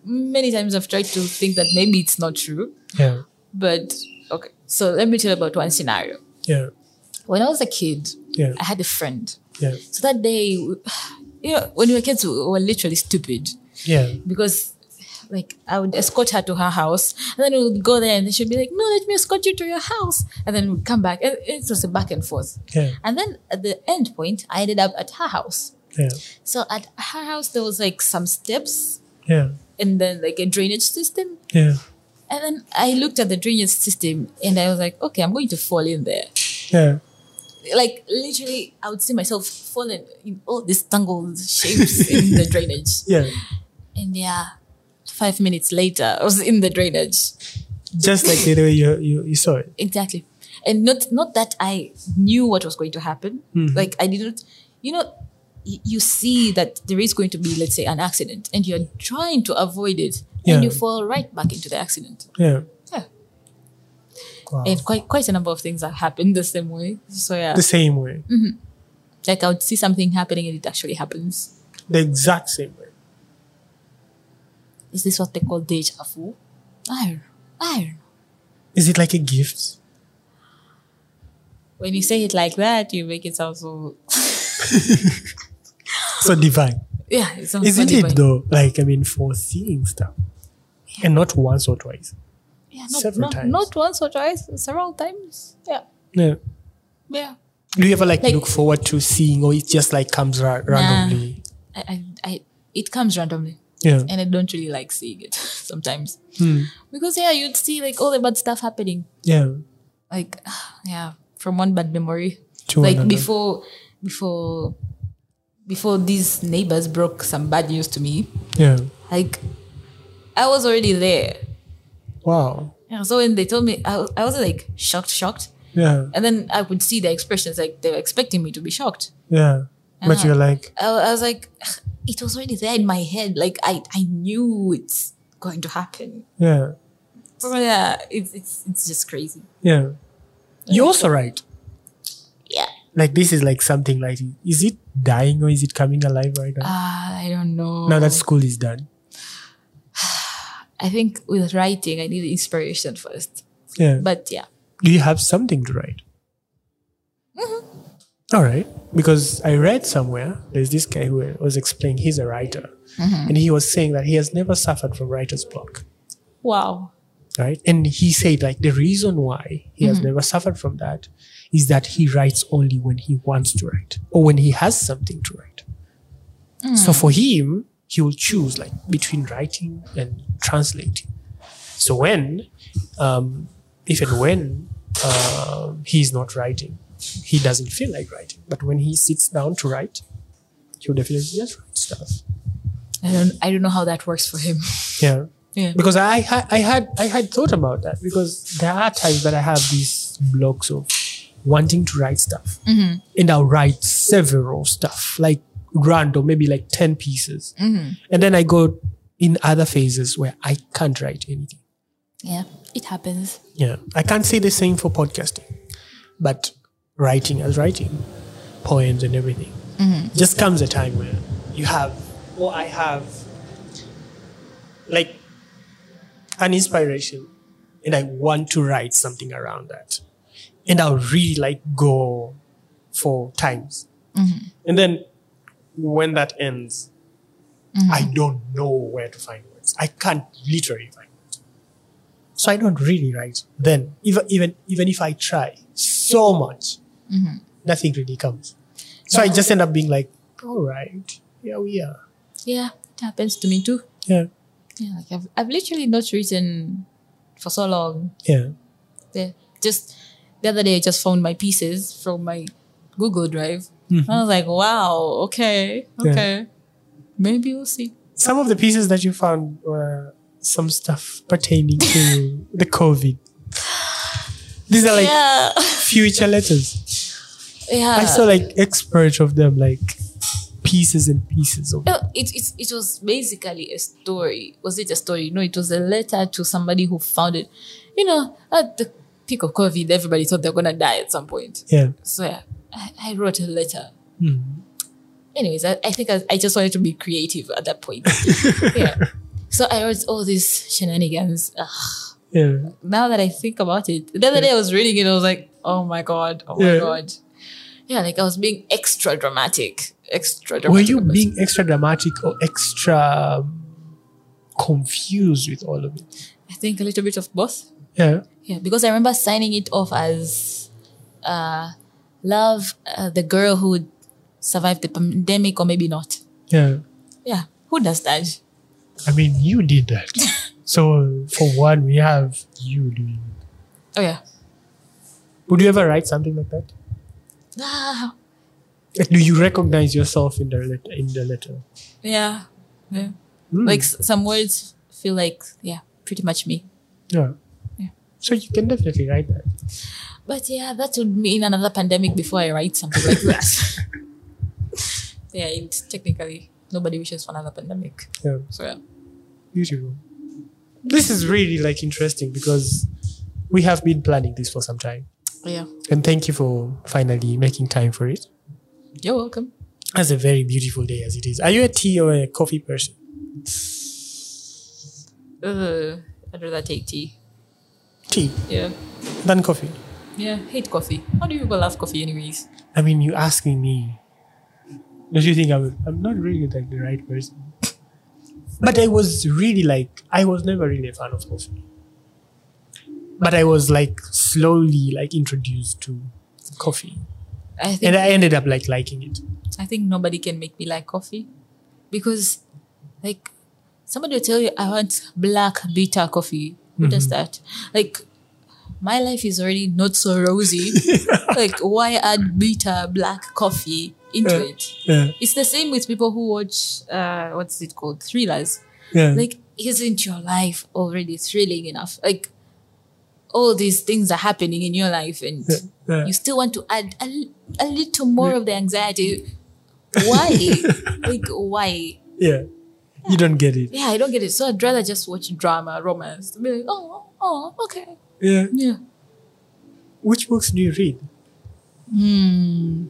B: many times I've tried to think that maybe it's not true.
A: yeah
B: But okay, so let me tell you about one scenario.
A: yeah
B: When I was a kid,
A: yeah
B: I had a friend.
A: yeah
B: So that day, we- you know, when we were kids, we were literally stupid
A: yeah
B: because, like, I would escort her to her house, and then we would go there, and then she'd be like, "No, let me escort you to your house," and then we'd come back, and it was a back and forth.
A: yeah
B: And then at the end point, I ended up at her house.
A: yeah
B: So at her house, there was like some steps,
A: yeah
B: and then like a drainage system,
A: yeah
B: and then I looked at the drainage system and I was like, okay, I'm going to fall in there.
A: yeah
B: Like literally, I would see myself falling in all these tangled shapes in the drainage.
A: yeah
B: And yeah, five minutes later, I was in the drainage.
A: just like the way you, you, you saw it
B: Exactly. And not not that I knew what was going to happen.
A: Mhm.
B: Like I didn't, you know, y- you see that there is going to be, let's say, an accident, and you're trying to avoid it,
A: Yeah.
B: and you fall right back into the accident.
A: yeah
B: Yeah.
A: wow.
B: And quite quite a number of things have happened the same way. So yeah.
A: the same way
B: like I would see something happening and it actually happens.
A: the exact same way
B: Is this what they call deja vu? I don't know. I don't know.
A: Is it like a gift?
B: When you say it like that, you make it sound so
A: So divine.
B: yeah. It sounds
A: Isn't
B: funny,
A: it
B: but-
A: though? Like I mean for seeing stuff. And not once or twice.
B: Yeah, not,
A: Several
B: not,
A: times.
B: not once or twice, several times. Yeah,
A: No.
B: yeah.
A: Do you ever like,
B: Like-
A: look forward to seeing or it just like comes ra- randomly?
B: I, I, I, it comes randomly,
A: Yeah.
B: and I don't really like seeing it sometimes
A: Hmm.
B: because yeah, you'd see like all the bad stuff happening,
A: Yeah.
B: like yeah, from one bad memory.
A: To
B: like
A: another.
B: before, before, before these neighbors broke some bad news to me.
A: Yeah.
B: Like, I was already there.
A: Wow.
B: Yeah, so when they told me, I, I was like shocked, shocked.
A: Yeah.
B: And then I could see their expressions, like they were expecting me to be shocked.
A: Yeah. But
B: Ah.
A: you're like,
B: I, I was like, "Ugh, it was already there in my head. Like I, I knew it's going to happen.
A: yeah.
B: So yeah, it's it's it's just crazy.
A: Yeah. You're also right.
B: Yeah.
A: Like this is like something like is it dying or is it coming alive right now?
B: Ah, I don't know.
A: now that school is done.
B: I think with writing, I need inspiration first.
A: Yeah.
B: But yeah,
A: Do you have something to write? All right. Because I read somewhere there's this guy who was explaining he's a writer. And he was saying that he has never suffered from writer's block.
B: wow.
A: Right. And he said like the reason why he has never suffered from that is that he writes only when he wants to write or when he has something to write. So for him, he will choose like between writing and translating. So when, um, if and when um he's not writing, he doesn't feel like writing. But when he sits down to write, he'll definitely just write stuff.
B: I don't I don't know how that works for him.
A: Yeah.
B: yeah.
A: Because I, ha- I had I had thought about that because there are times that I have these blocks of wanting to write stuff, and I'll write several stuff like random, maybe like ten pieces, and then I go in other phases where I can't write anything.
B: Yeah, it happens.
A: Yeah, I can't say the same for podcasting, but writing as writing, poems and everything. Just comes a time where you have, or I have, like an inspiration, and I want to write something around that, and I'll really like go for times, and then when that ends, I don't know where to find words. I can't literally find words. So I don't really write. Then even even even if I try so much, nothing really comes. So I just end up being like, all right, yeah, we are.
B: Yeah, it happens to me too.
A: Yeah.
B: Yeah, like I've I've literally not written for so long.
A: Yeah.
B: the just the other day I just found my pieces from my Google Drive. I was like, wow, okay,
A: Yeah.
B: okay. Maybe we'll see.
A: Some of the pieces that you found were some stuff pertaining to the COVID. These are like
B: yeah.
A: future letters.
B: yeah.
A: I saw like experts of them, like pieces and pieces of
B: No, it, it, it was basically a story. Was it a story? No, it was a letter to somebody who found it. You know, at the peak of COVID, everybody thought they're going to die at some point.
A: yeah.
B: So yeah, I, I wrote a letter.
A: Hmm.
B: anyways, I, I think I, I just wanted to be creative at that point. yeah. So I wrote all these shenanigans. Ugh.
A: Yeah.
B: Now that I think about it, the other day I was reading it, I was like, oh my God, oh my
A: Yeah.
B: God. Yeah, like I was being extra dramatic. Extra
A: Were
B: dramatic.
A: you
B: about
A: being extra dramatic or extra um, confused with all of it?
B: it. I think a little bit of both.
A: Yeah.
B: Yeah, because I remember signing it off as uh, love, uh, the girl who survived the pandemic, or maybe not.
A: Yeah.
B: Yeah, who does that?
A: I mean, you did that. so, for one, we have you doing it.
B: Oh, yeah.
A: Would you ever write something like that?
B: Ah,
A: Like, do you recognize yourself in the letter? In the letter?
B: yeah. Yeah.
A: Hmm.
B: like s- some words feel like yeah pretty much me
A: yeah.
B: Yeah.
A: So, you can definitely write that.
B: but yeah that would mean another pandemic before i write something like that yeah it's technically nobody wishes for another pandemic
A: Yeah.
B: so yeah
A: Beautiful. This is really like interesting because we have been planning this for some time.
B: yeah
A: And thank you for finally making time for it.
B: you're welcome
A: That's a very beautiful day as it is. Are you a tea or a coffee person?
B: uh, i'd rather take tea
A: Tea,
B: Yeah.
A: than coffee.
B: Yeah. Hate coffee. How do you people love coffee anyways?
A: I mean, you asking me. Don't you think I'm, I'm not really like the right person? But I was really like, I was never really a fan of coffee. But I was like slowly like introduced to coffee.
B: I think
A: And I ended up like liking it.
B: I think nobody can make me like coffee because, like, somebody will tell you, I want black bitter coffee. Who does that? Like, my life is already not so rosy. like, why add bitter black coffee into
A: Yeah.
B: it?
A: Yeah.
B: It's the same with people who watch, uh, what's it called? Thrillers.
A: Yeah.
B: Like, isn't your life already thrilling enough? Like, all these things are happening in your life, and
A: yeah.
B: you still want to add a, li- a little more of the anxiety. Why? like, why?
A: yeah. You don't get it.
B: Yeah, I don't get it. So I'd rather just watch drama, romance. Be like, oh, oh, okay.
A: Yeah.
B: Yeah.
A: Which books do you read?
B: Hmm.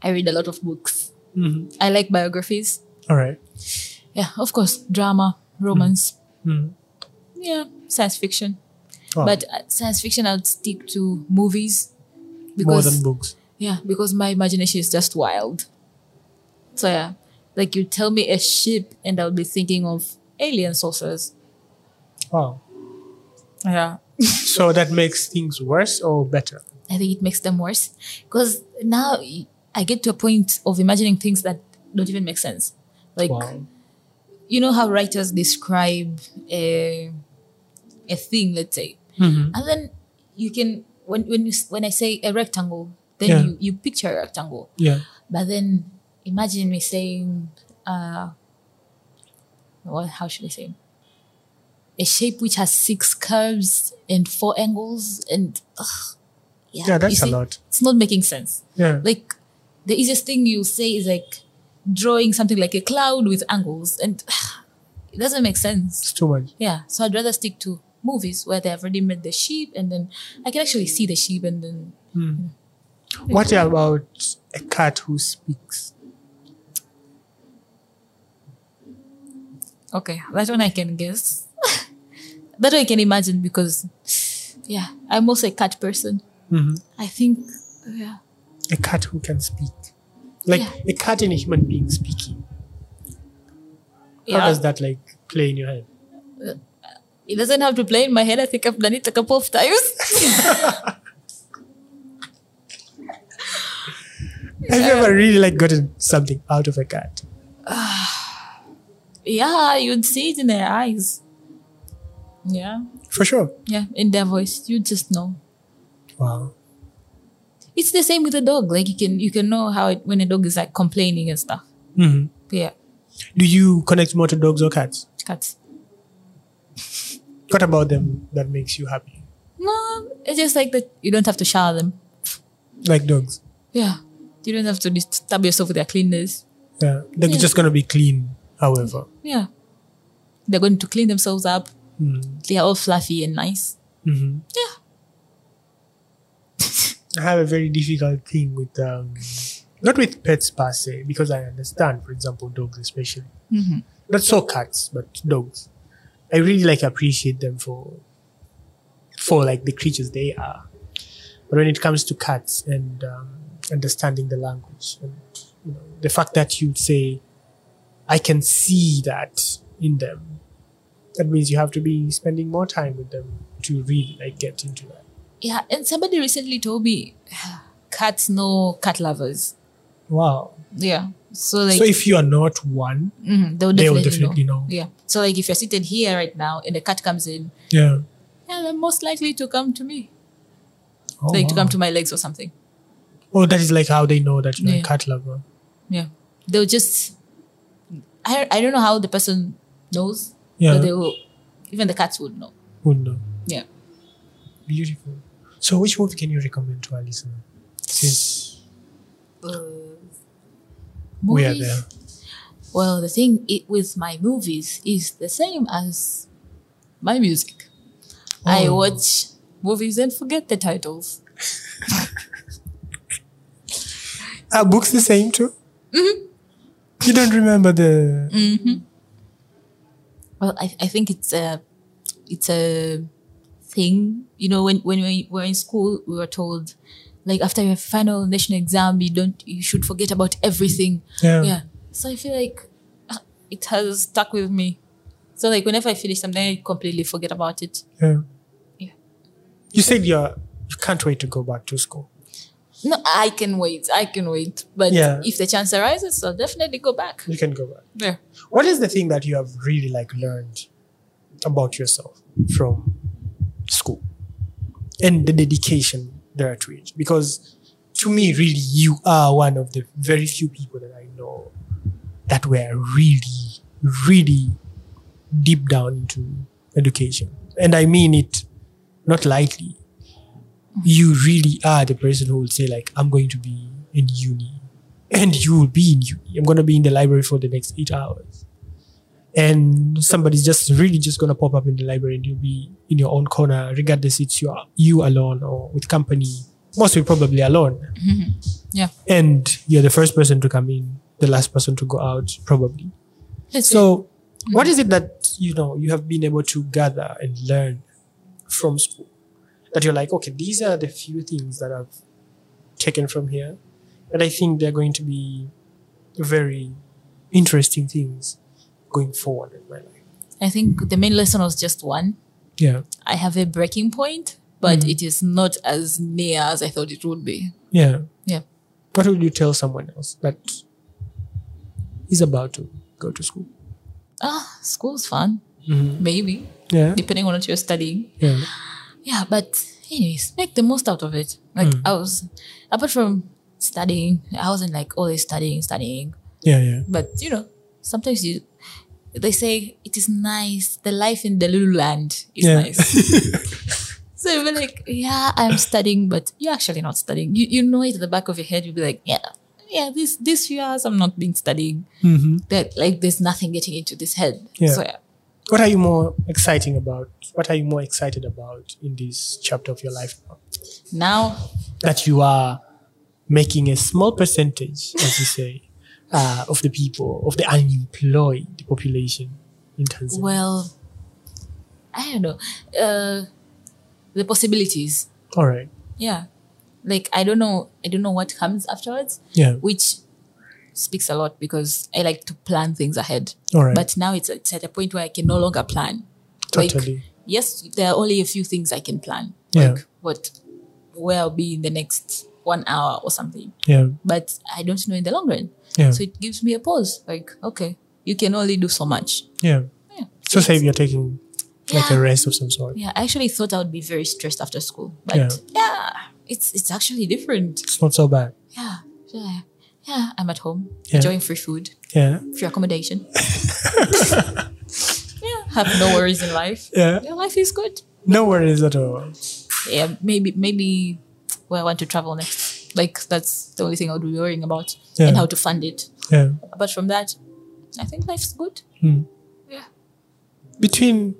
B: I read a lot of books.
A: Mhm.
B: I like biographies.
A: All right.
B: Yeah, of course, drama, romance.
A: Mhm.
B: Yeah, science fiction.
A: Oh,
B: But uh, science fiction, I'd stick to movies
A: more
B: because
A: than books.
B: Yeah, because my imagination is just wild. So yeah, like you tell me a ship and I'll be thinking of alien saucers.
A: Wow.
B: Yeah.
A: So that makes things worse or better?
B: I think it makes them worse because now I get to a point of imagining things that don't even make sense. Like
A: Wow.
B: you know how writers describe a a thing, let's say,
A: Mhm.
B: and then you can when when you, s- when I say a rectangle, then
A: Yeah.
B: you, you picture a rectangle.
A: Yeah.
B: But then imagine me saying, uh, well, how should I say? it? A shape which has six curves and four angles, and ugh, yeah,
A: Yeah, that's
B: you
A: a
B: see,
A: lot.
B: It's not making sense.
A: Yeah.
B: Like the easiest thing you say is like drawing something like a cloud with angles, and it doesn't make sense.
A: It's too much.
B: Yeah, so I'd rather stick to movies where they've already made the sheep, and then I can actually see the sheep, and then
A: What about a cat who speaks?
B: Okay, that one I can guess. that one I can imagine because, yeah, I'm also a cat person.
A: Mhm.
B: I think, yeah,
A: A cat who can speak. Like
B: Yeah.
A: a cat and a human being speaking. How
B: yeah.
A: does that like play in your head?
B: it doesn't have to play in my head. I think I've done it a couple of times.
A: Have you ever really like gotten something out of a cat?
B: yeah, you'd see it in their eyes. Yeah,
A: For sure.
B: yeah, in their voice, you just know.
A: Wow.
B: It's the same with a dog. Like you can you can know how it, when a dog is like complaining and stuff.
A: Mhm.
B: Yeah,
A: Do you connect more to dogs or cats?
B: cats.
A: What about them that makes you happy?
B: No, it's just like that. You don't have to shower them.
A: Like dogs.
B: Yeah, you don't have to disturb yourself with their cleanness.
A: Yeah. They're
B: Yeah.
A: just gonna be clean, however.
B: Yeah. They're going to clean themselves up.
A: Mm.
B: They are all fluffy and nice.
A: Mhm.
B: Yeah.
A: I have a very difficult thing with um, not with pets per se, because I understand, for example, dogs especially.
B: Mhm.
A: Not so cats, but dogs. I really like appreciate them for for like the creatures they are. But when it comes to cats and um, understanding the language and you know, the fact that you say, I can see that in them, that means you have to be spending more time with them to really like get into that.
B: Yeah. And somebody recently told me cats know cat lovers.
A: Wow.
B: Yeah. So, like,
A: so if you are not one,
B: mhm, they'll
A: they will
B: definitely,
A: definitely
B: know.
A: know.
B: Yeah. So, like, if you're seated here right now and a cat comes in,
A: Yeah.
B: yeah, they're most likely to come to me,
A: Oh,
B: like to
A: wow.
B: come to my legs or something.
A: oh, that is like how they know that you're a
B: Yeah.
A: cat lover.
B: Yeah. They'll just, I, I don't know how the person knows,
A: Yeah.
B: but they will, even the cats would know.
A: Would know.
B: Yeah.
A: Beautiful. So which movie can you recommend to our listener? Since
B: Uh,
A: we are
B: movies.
A: there.
B: Well, the thing it, with my movies is the same as my music. I
A: Oh.
B: watch movies and forget the titles.
A: Are books the same too?
B: Mm-hmm.
A: You don't remember the
B: Mm. Well, I, I think it's a it's a thing. You know, when when we were in school, we were told like after your final national exam, you don't you should forget about everything.
A: Yeah.
B: Yeah. So I feel like uh, it has stuck with me. So like whenever I finish something, I completely forget about it.
A: yeah.
B: Yeah.
A: You said you're you can't wait to go back to school.
B: No, I can wait. I can wait. But
A: Yeah.
B: if the chance arises, I'll definitely go back.
A: You can go back.
B: Yeah.
A: What is the thing that you have really like learned about yourself from school and the dedication there are to it? Because to me, really, you are one of the very few people that I know that were really, really deep down into education. And I mean it not lightly. You really are the person who will say, like, I'm going to be in uni. And you will be in uni. I'm gonna be in the library for the next eight hours. And somebody's just really just gonna pop up in the library and you'll be in your own corner, regardless it's you you alone or with company. Most people probably alone.
B: Yeah.
A: And you're the first person to come in, the last person to go out, probably.
B: Let's
A: So, what is it that you know you have been able to gather and learn from school that you're like, okay, these are the few things that I've taken from here, and I think they're going to be very interesting things going forward in my life.
B: I think the main lesson was just one.
A: Yeah,
B: I have a breaking point, but
A: Mm-hmm.
B: it is not as near as I thought it would be.
A: yeah,
B: Yeah.
A: What would you tell someone else that is about to go to school?
B: Ah, school's fun. Maybe,
A: Mm-hmm. Yeah,
B: depending on what you're studying.
A: yeah,
B: Yeah, but anyways, make the most out of it. Like
A: Mm.
B: I was apart from studying, I wasn't like always studying, studying.
A: yeah, yeah.
B: But you know, sometimes you they say it is nice. The life in the Lulu land is
A: Yeah.
B: nice. so you'll be like, yeah, I'm studying, but you're actually not studying. You you know it at the back of your head. You'll be like, yeah, yeah, this these few hours I'm not been studying.
A: Mm-hmm.
B: That like there's nothing getting into this head.
A: Yeah.
B: So yeah.
A: what are you more exciting about what are you more excited about in this chapter of your life now?
B: Now
A: that you are making a small percentage as you say uh, of the people of the unemployed population in tanzania
B: well I don't know. Uh the possibilities.
A: all right
B: Yeah. Like I don't know I don't know what comes afterwards.
A: yeah
B: which speaks a lot because I like to plan things ahead.
A: all right
B: But now it's, it's at a point where I can no longer plan. like-
A: totally
B: Yes, there are only a few things I can plan.
A: Yeah.
B: Like what where I'll be in the next one hour or something.
A: yeah
B: But I don't know in the long run.
A: yeah
B: So it gives me a pause. Like, okay, you can only do so much.
A: yeah
B: Yeah.
A: so say you're taking like
B: Yeah.
A: a rest of some sort
B: Yeah. I actually thought I would be very stressed after school. But
A: Yeah.
B: yeah, it's it's actually different.
A: it's not so bad
B: Yeah. Yeah. Yeah. I'm at home,
A: Yeah.
B: enjoying free food.
A: yeah
B: free accommodation. yeah, have no worries in life.
A: yeah
B: Yeah, life is good.
A: no worries at all
B: Yeah, maybe maybe where I want to travel next. Like that's the only thing I would be worrying about
A: Yeah.
B: and how to fund it.
A: yeah
B: Apart from that, I think life's good.
A: Hmm.
B: Yeah.
A: between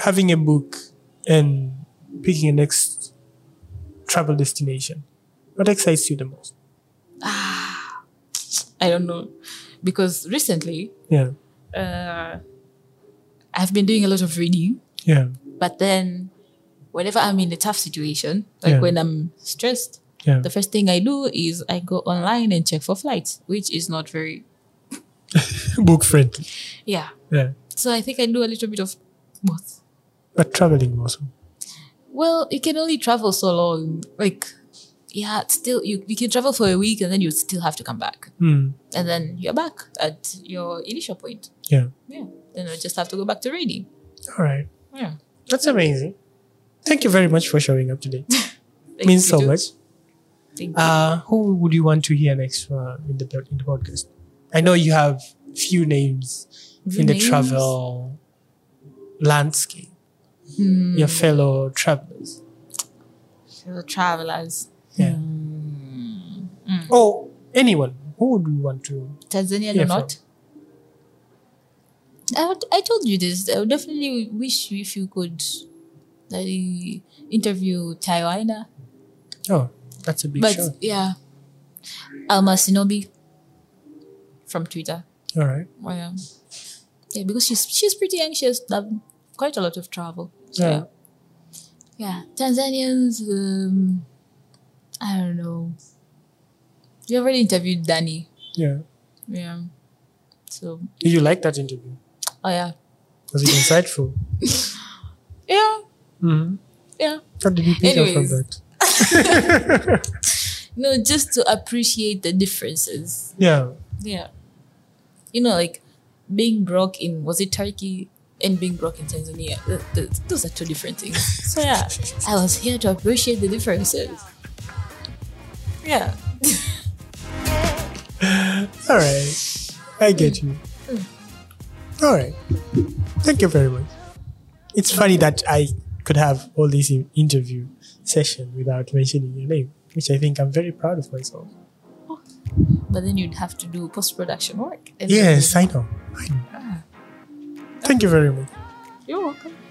A: having a book and picking a next travel destination, what excites you the most?
B: I don't know because recently
A: Yeah,
B: uh, I've been doing a lot of reading,
A: yeah,
B: but then whenever I'm in a tough situation, like
A: Yeah.
B: when I'm stressed,
A: yeah.
B: the first thing I do is I go online and check for flights, which is not very
A: book friendly.
B: yeah.
A: Yeah,
B: So I think I do a little bit of both.
A: but traveling also.
B: Well, you can only travel so long. Like, yeah, it's still you, you can travel for a week and then you still have to come back.
A: Hmm.
B: And then you're back at your initial point.
A: Yeah.
B: Yeah. Then I just have to go back to reading.
A: All right,
B: Yeah.
A: that's amazing. Thank you very much for showing up today.
B: Like,
A: Means
B: you
A: so
B: do-
A: much.
B: Thank you.
A: Uh, who would you want to hear next uh, in the in the podcast? I know you have few names in the
B: Names?
A: travel landscape.
B: Hmm.
A: Your fellow travelers.
B: Fellow travelers.
A: Yeah.
B: Hmm.
A: Oh, anyone. Who would we want to?
B: Tanzanian
A: Yeah, from-
B: or not? I, would- I told you this. I would definitely wish if you could like, interview Taiwana.
A: Oh, that's a big
B: but
A: show.
B: yeah, Alma Sinobi from Twitter. um,
A: All right.
B: Well, yeah. yeah, because she's she's pretty anxious. Done quite a lot of travel. So,
A: Yeah.
B: yeah. yeah, Tanzanians. Um, I don't know. You already interviewed Danny.
A: Yeah.
B: Yeah. So
A: Did you like that interview?
B: oh yeah,
A: Was it insightful?
B: yeah,
A: mm-hmm.
B: yeah.
A: What did you pick up from
B: Anyways.
A: that?
B: No, just to appreciate the differences.
A: Yeah.
B: Yeah. You know, like being broke in was it Turkey and being broke in Tanzania. Th- th- those are two different things. So yeah, I was here to appreciate the differences. Yeah.
A: All right. I get you. All right. Thank you very much. It's funny that I could have all this in- interview session without mentioning your name, which I think I'm very proud of myself.
B: But then you'd have to do post production work. and- Ah.
A: Yes, I know. I know. Thank you very much.
B: You're welcome.